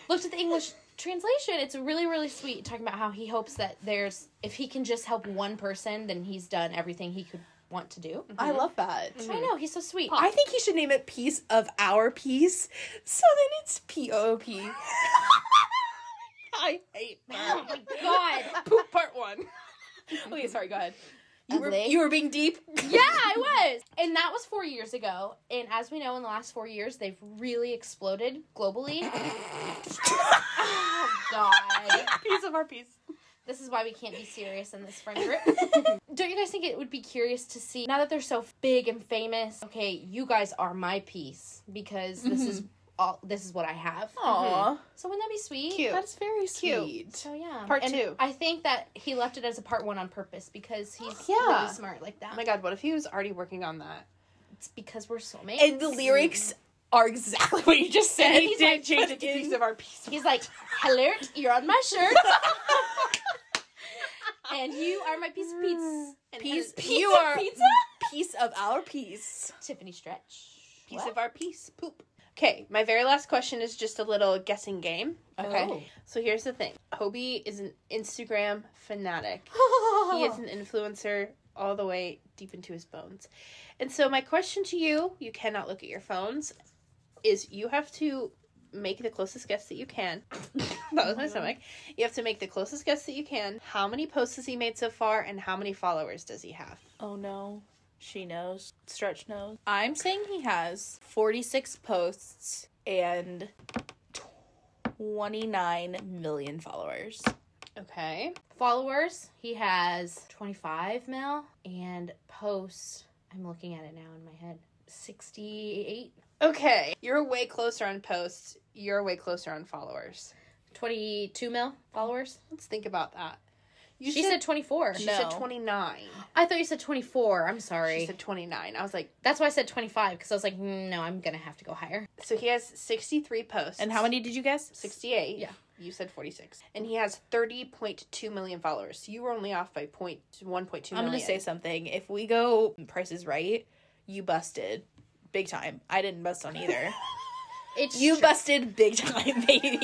[SPEAKER 4] looked at the English translation, it's really really sweet talking about how he hopes that there's if he can just help one person, then he's done everything he could
[SPEAKER 6] want to do.
[SPEAKER 5] I love that.
[SPEAKER 4] I know he's so sweet.
[SPEAKER 5] I think he should name it "Piece of Our Piece," so then it's P O P.
[SPEAKER 6] I hate
[SPEAKER 4] Oh my god.
[SPEAKER 6] poop part one.
[SPEAKER 5] Okay, sorry. Go ahead.
[SPEAKER 4] You were- you
[SPEAKER 5] were being deep.
[SPEAKER 4] yeah, I was. And that was four years ago. And as we know, in the last four years, they've really exploded globally. oh, God.
[SPEAKER 6] Piece of our piece.
[SPEAKER 4] This is why we can't be serious in this friend group. Don't you guys think it would be curious to see, now that they're so big and famous, okay, you guys are my piece because this is all, this is what I have.
[SPEAKER 5] Aw,
[SPEAKER 4] So wouldn't that be sweet?
[SPEAKER 6] Cute.
[SPEAKER 5] that's very
[SPEAKER 6] Cute.
[SPEAKER 5] sweet.
[SPEAKER 4] So Oh, yeah.
[SPEAKER 6] Part
[SPEAKER 4] And
[SPEAKER 6] two.
[SPEAKER 4] I think that he left it as a part one on purpose because he's
[SPEAKER 6] Yeah.
[SPEAKER 4] really smart like that.
[SPEAKER 6] Oh my god, what if he was already working on that?
[SPEAKER 4] it's because we're soulmates.
[SPEAKER 5] And the lyrics are exactly what you just said.
[SPEAKER 6] And he
[SPEAKER 5] He's
[SPEAKER 6] did
[SPEAKER 5] like,
[SPEAKER 6] change it to
[SPEAKER 5] fucking-
[SPEAKER 6] piece of our piece.
[SPEAKER 4] He's like, alert, you're on my shirt. and you are my piece of pizza.
[SPEAKER 5] piece.
[SPEAKER 4] piece
[SPEAKER 5] you
[SPEAKER 4] of
[SPEAKER 5] are
[SPEAKER 4] pizza?
[SPEAKER 5] piece of our piece.
[SPEAKER 4] Tiffany Stretch.
[SPEAKER 6] Piece of our piece. Poop. Okay, my very last question is just a little guessing game. Okay.
[SPEAKER 5] Oh.
[SPEAKER 6] So here's the thing. Hobie is an Instagram fanatic. He is
[SPEAKER 4] Oh.
[SPEAKER 6] an influencer all the way deep into his bones. And so my question to you, you cannot look at your phones, is you have to make the closest guess that you can. that was my
[SPEAKER 5] Mm-hmm.
[SPEAKER 6] stomach. You have to make the closest guess that you can. How many posts has he made so far and how many followers does he have?
[SPEAKER 5] Oh no. She knows. Stretch knows. I'm saying he has 46 posts and 29 million followers.
[SPEAKER 6] Okay.
[SPEAKER 4] Followers, he has 25 mil. And posts, I'm looking at it now in my head, 68,
[SPEAKER 6] Okay. You're way closer on posts. You're way closer on followers.
[SPEAKER 4] 22 mil followers.
[SPEAKER 6] Let's think about that. You
[SPEAKER 4] she said 24.
[SPEAKER 6] she
[SPEAKER 5] No.
[SPEAKER 6] said 29.
[SPEAKER 4] I thought you said 24. I'm sorry.
[SPEAKER 6] She said 29. I was like,
[SPEAKER 4] That's why I said 25 because I was like, "Mm, no, I'm going to have to go higher.
[SPEAKER 6] so he has 63 posts.
[SPEAKER 5] And how many did you guess?
[SPEAKER 6] 68.
[SPEAKER 4] Yeah.
[SPEAKER 6] You said 46. And he has 30.2 million followers. So you were only off by point, 1.2
[SPEAKER 5] I'm going to say something. If we go prices right, you busted big time. I didn't bust on either.
[SPEAKER 4] It's
[SPEAKER 5] you
[SPEAKER 4] true.
[SPEAKER 5] busted big time, baby.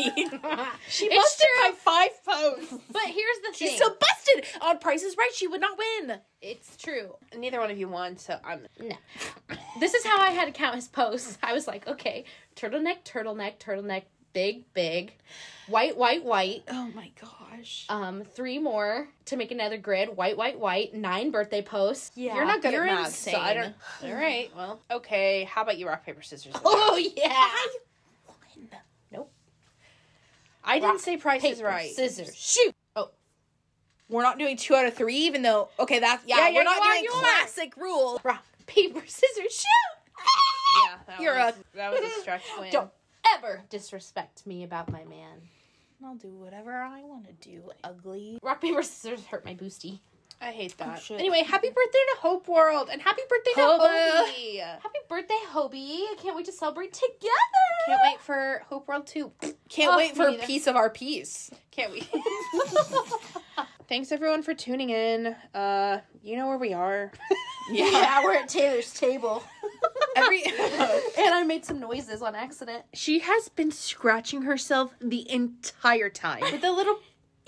[SPEAKER 4] she
[SPEAKER 5] Busted by five posts.
[SPEAKER 4] But here's the thing.
[SPEAKER 5] She's so busted. On prices right, she would not win.
[SPEAKER 4] it's true.
[SPEAKER 6] Neither one of you won, so I'm.
[SPEAKER 4] This is how I had to count his posts. I was like, okay, turtleneck, turtleneck, turtleneck, big, big, white, white, white.
[SPEAKER 5] Oh my gosh.
[SPEAKER 4] Um, three more to make another grid. White, white, white. Nine birthday posts. Yeah,
[SPEAKER 6] You're not good
[SPEAKER 5] You're
[SPEAKER 6] at math, so I don't.
[SPEAKER 5] insane.
[SPEAKER 6] All right, well, okay. How about you rock, paper, scissors? then?
[SPEAKER 4] Oh yeah.
[SPEAKER 6] I didn't
[SPEAKER 4] rock,
[SPEAKER 6] say price is
[SPEAKER 4] Paper,
[SPEAKER 6] right.
[SPEAKER 4] Scissors. Shoot. Oh,
[SPEAKER 5] We're not doing two out of three, even though okay, that's yeah,
[SPEAKER 6] Yeah, yeah,
[SPEAKER 5] we're not
[SPEAKER 6] you are,
[SPEAKER 5] doing
[SPEAKER 6] you are.
[SPEAKER 5] classic rule.
[SPEAKER 4] rock, paper, scissors. Shoot.
[SPEAKER 6] Yeah, that
[SPEAKER 5] You're
[SPEAKER 6] was,
[SPEAKER 5] a-
[SPEAKER 6] that was a stretch win.
[SPEAKER 4] Don't ever disrespect me about my man.
[SPEAKER 5] I'll do whatever I want to do. Ugly.
[SPEAKER 4] Rock, paper, scissors hurt my boosty.
[SPEAKER 6] I hate that.
[SPEAKER 5] shit.
[SPEAKER 6] anyway, happy birthday to Hope World and happy birthday to
[SPEAKER 5] Hobo.
[SPEAKER 6] Hobie.
[SPEAKER 4] Happy birthday, Hobie. I can't wait to celebrate together.
[SPEAKER 6] Can't wait for Hope World Ah, 2.
[SPEAKER 5] Can't
[SPEAKER 4] Oh,
[SPEAKER 5] wait for
[SPEAKER 4] me
[SPEAKER 5] a
[SPEAKER 4] neither.
[SPEAKER 5] piece of our piece.
[SPEAKER 6] Can't we? Thanks everyone for tuning in. Uh, you know where we are.
[SPEAKER 5] Yeah,
[SPEAKER 4] we're at Taylor's table.
[SPEAKER 5] every
[SPEAKER 4] and I made some noises on accident.
[SPEAKER 6] She has been scratching herself the entire time.
[SPEAKER 5] the little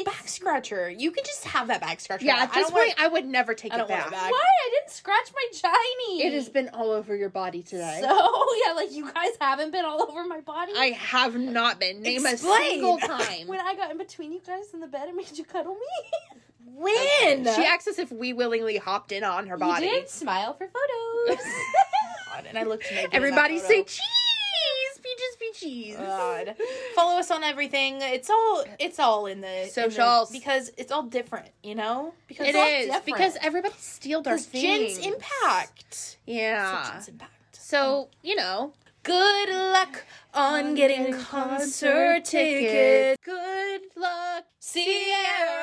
[SPEAKER 5] back scratcher. You can just have that back scratcher.
[SPEAKER 6] yeah,
[SPEAKER 5] now.
[SPEAKER 6] at this
[SPEAKER 5] I don't
[SPEAKER 6] point, I would never take
[SPEAKER 5] I
[SPEAKER 6] it
[SPEAKER 5] don't want
[SPEAKER 6] back.
[SPEAKER 5] it
[SPEAKER 4] Why?
[SPEAKER 5] back.
[SPEAKER 4] I didn't scratch my shiny.
[SPEAKER 6] It has been all over your body today.
[SPEAKER 4] So, yeah, like you guys haven't been all over my body.
[SPEAKER 6] I have not been. Name
[SPEAKER 5] Explain.
[SPEAKER 6] a single time.
[SPEAKER 4] when I got in between you guys in the bed and made you cuddle me.
[SPEAKER 5] win.
[SPEAKER 6] she acts as if we willingly hopped in on her body.
[SPEAKER 4] You did smile for photos.
[SPEAKER 5] and I looked naked.
[SPEAKER 6] Everybody
[SPEAKER 5] in that
[SPEAKER 6] say
[SPEAKER 5] photo.
[SPEAKER 6] cheese, peaches, peaches.
[SPEAKER 5] God. Follow us on everything. It's all it's all in the in the-
[SPEAKER 6] Socials.
[SPEAKER 5] because it's all different, you know? Because
[SPEAKER 6] It
[SPEAKER 4] all
[SPEAKER 6] is
[SPEAKER 4] different.
[SPEAKER 6] because everybody stealed our
[SPEAKER 5] it's Jen's
[SPEAKER 6] things.
[SPEAKER 5] impact.
[SPEAKER 6] yeah.
[SPEAKER 5] Jen's impact.
[SPEAKER 6] So you know,
[SPEAKER 5] Good luck on getting concert tickets.
[SPEAKER 6] Good luck.
[SPEAKER 5] Sierra.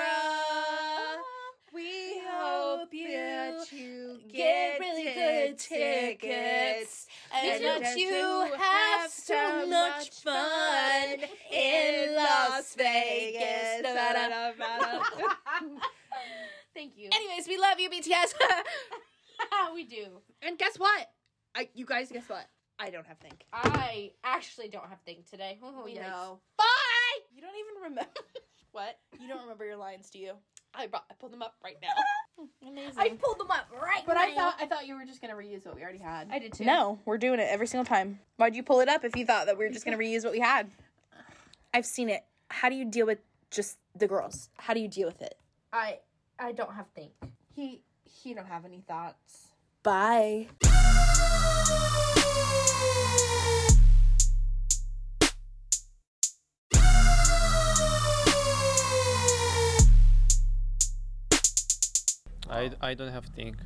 [SPEAKER 6] We
[SPEAKER 5] hope
[SPEAKER 6] that
[SPEAKER 5] you
[SPEAKER 6] you
[SPEAKER 5] Get really good tickets. And that you have so much fun in Las Vegas. Nevada.
[SPEAKER 4] Thank you.
[SPEAKER 5] Anyways, we love you, BTS.
[SPEAKER 4] we do.
[SPEAKER 6] and guess what? I, you guys, guess what? I don't have think.
[SPEAKER 4] I actually don't have thing today. Oh, yikes.
[SPEAKER 5] Bye. You don't even remember.
[SPEAKER 6] What?
[SPEAKER 5] You don't remember your lines, do you?
[SPEAKER 6] I brought. I pulled them up right now. Amazing.
[SPEAKER 4] I pulled them up right
[SPEAKER 6] but I
[SPEAKER 4] now.
[SPEAKER 6] thought I thought you were just gonna reuse what we already had.
[SPEAKER 4] I did too.
[SPEAKER 5] No, we're doing it every single time. Why'd you pull it up if you thought that we were just going to reuse what we had? I've seen it. How do you deal with just the girls? How do you deal with it?
[SPEAKER 4] I I don't have think.
[SPEAKER 6] he he don't have any thoughts.
[SPEAKER 5] Bye.
[SPEAKER 2] I, I don't have think.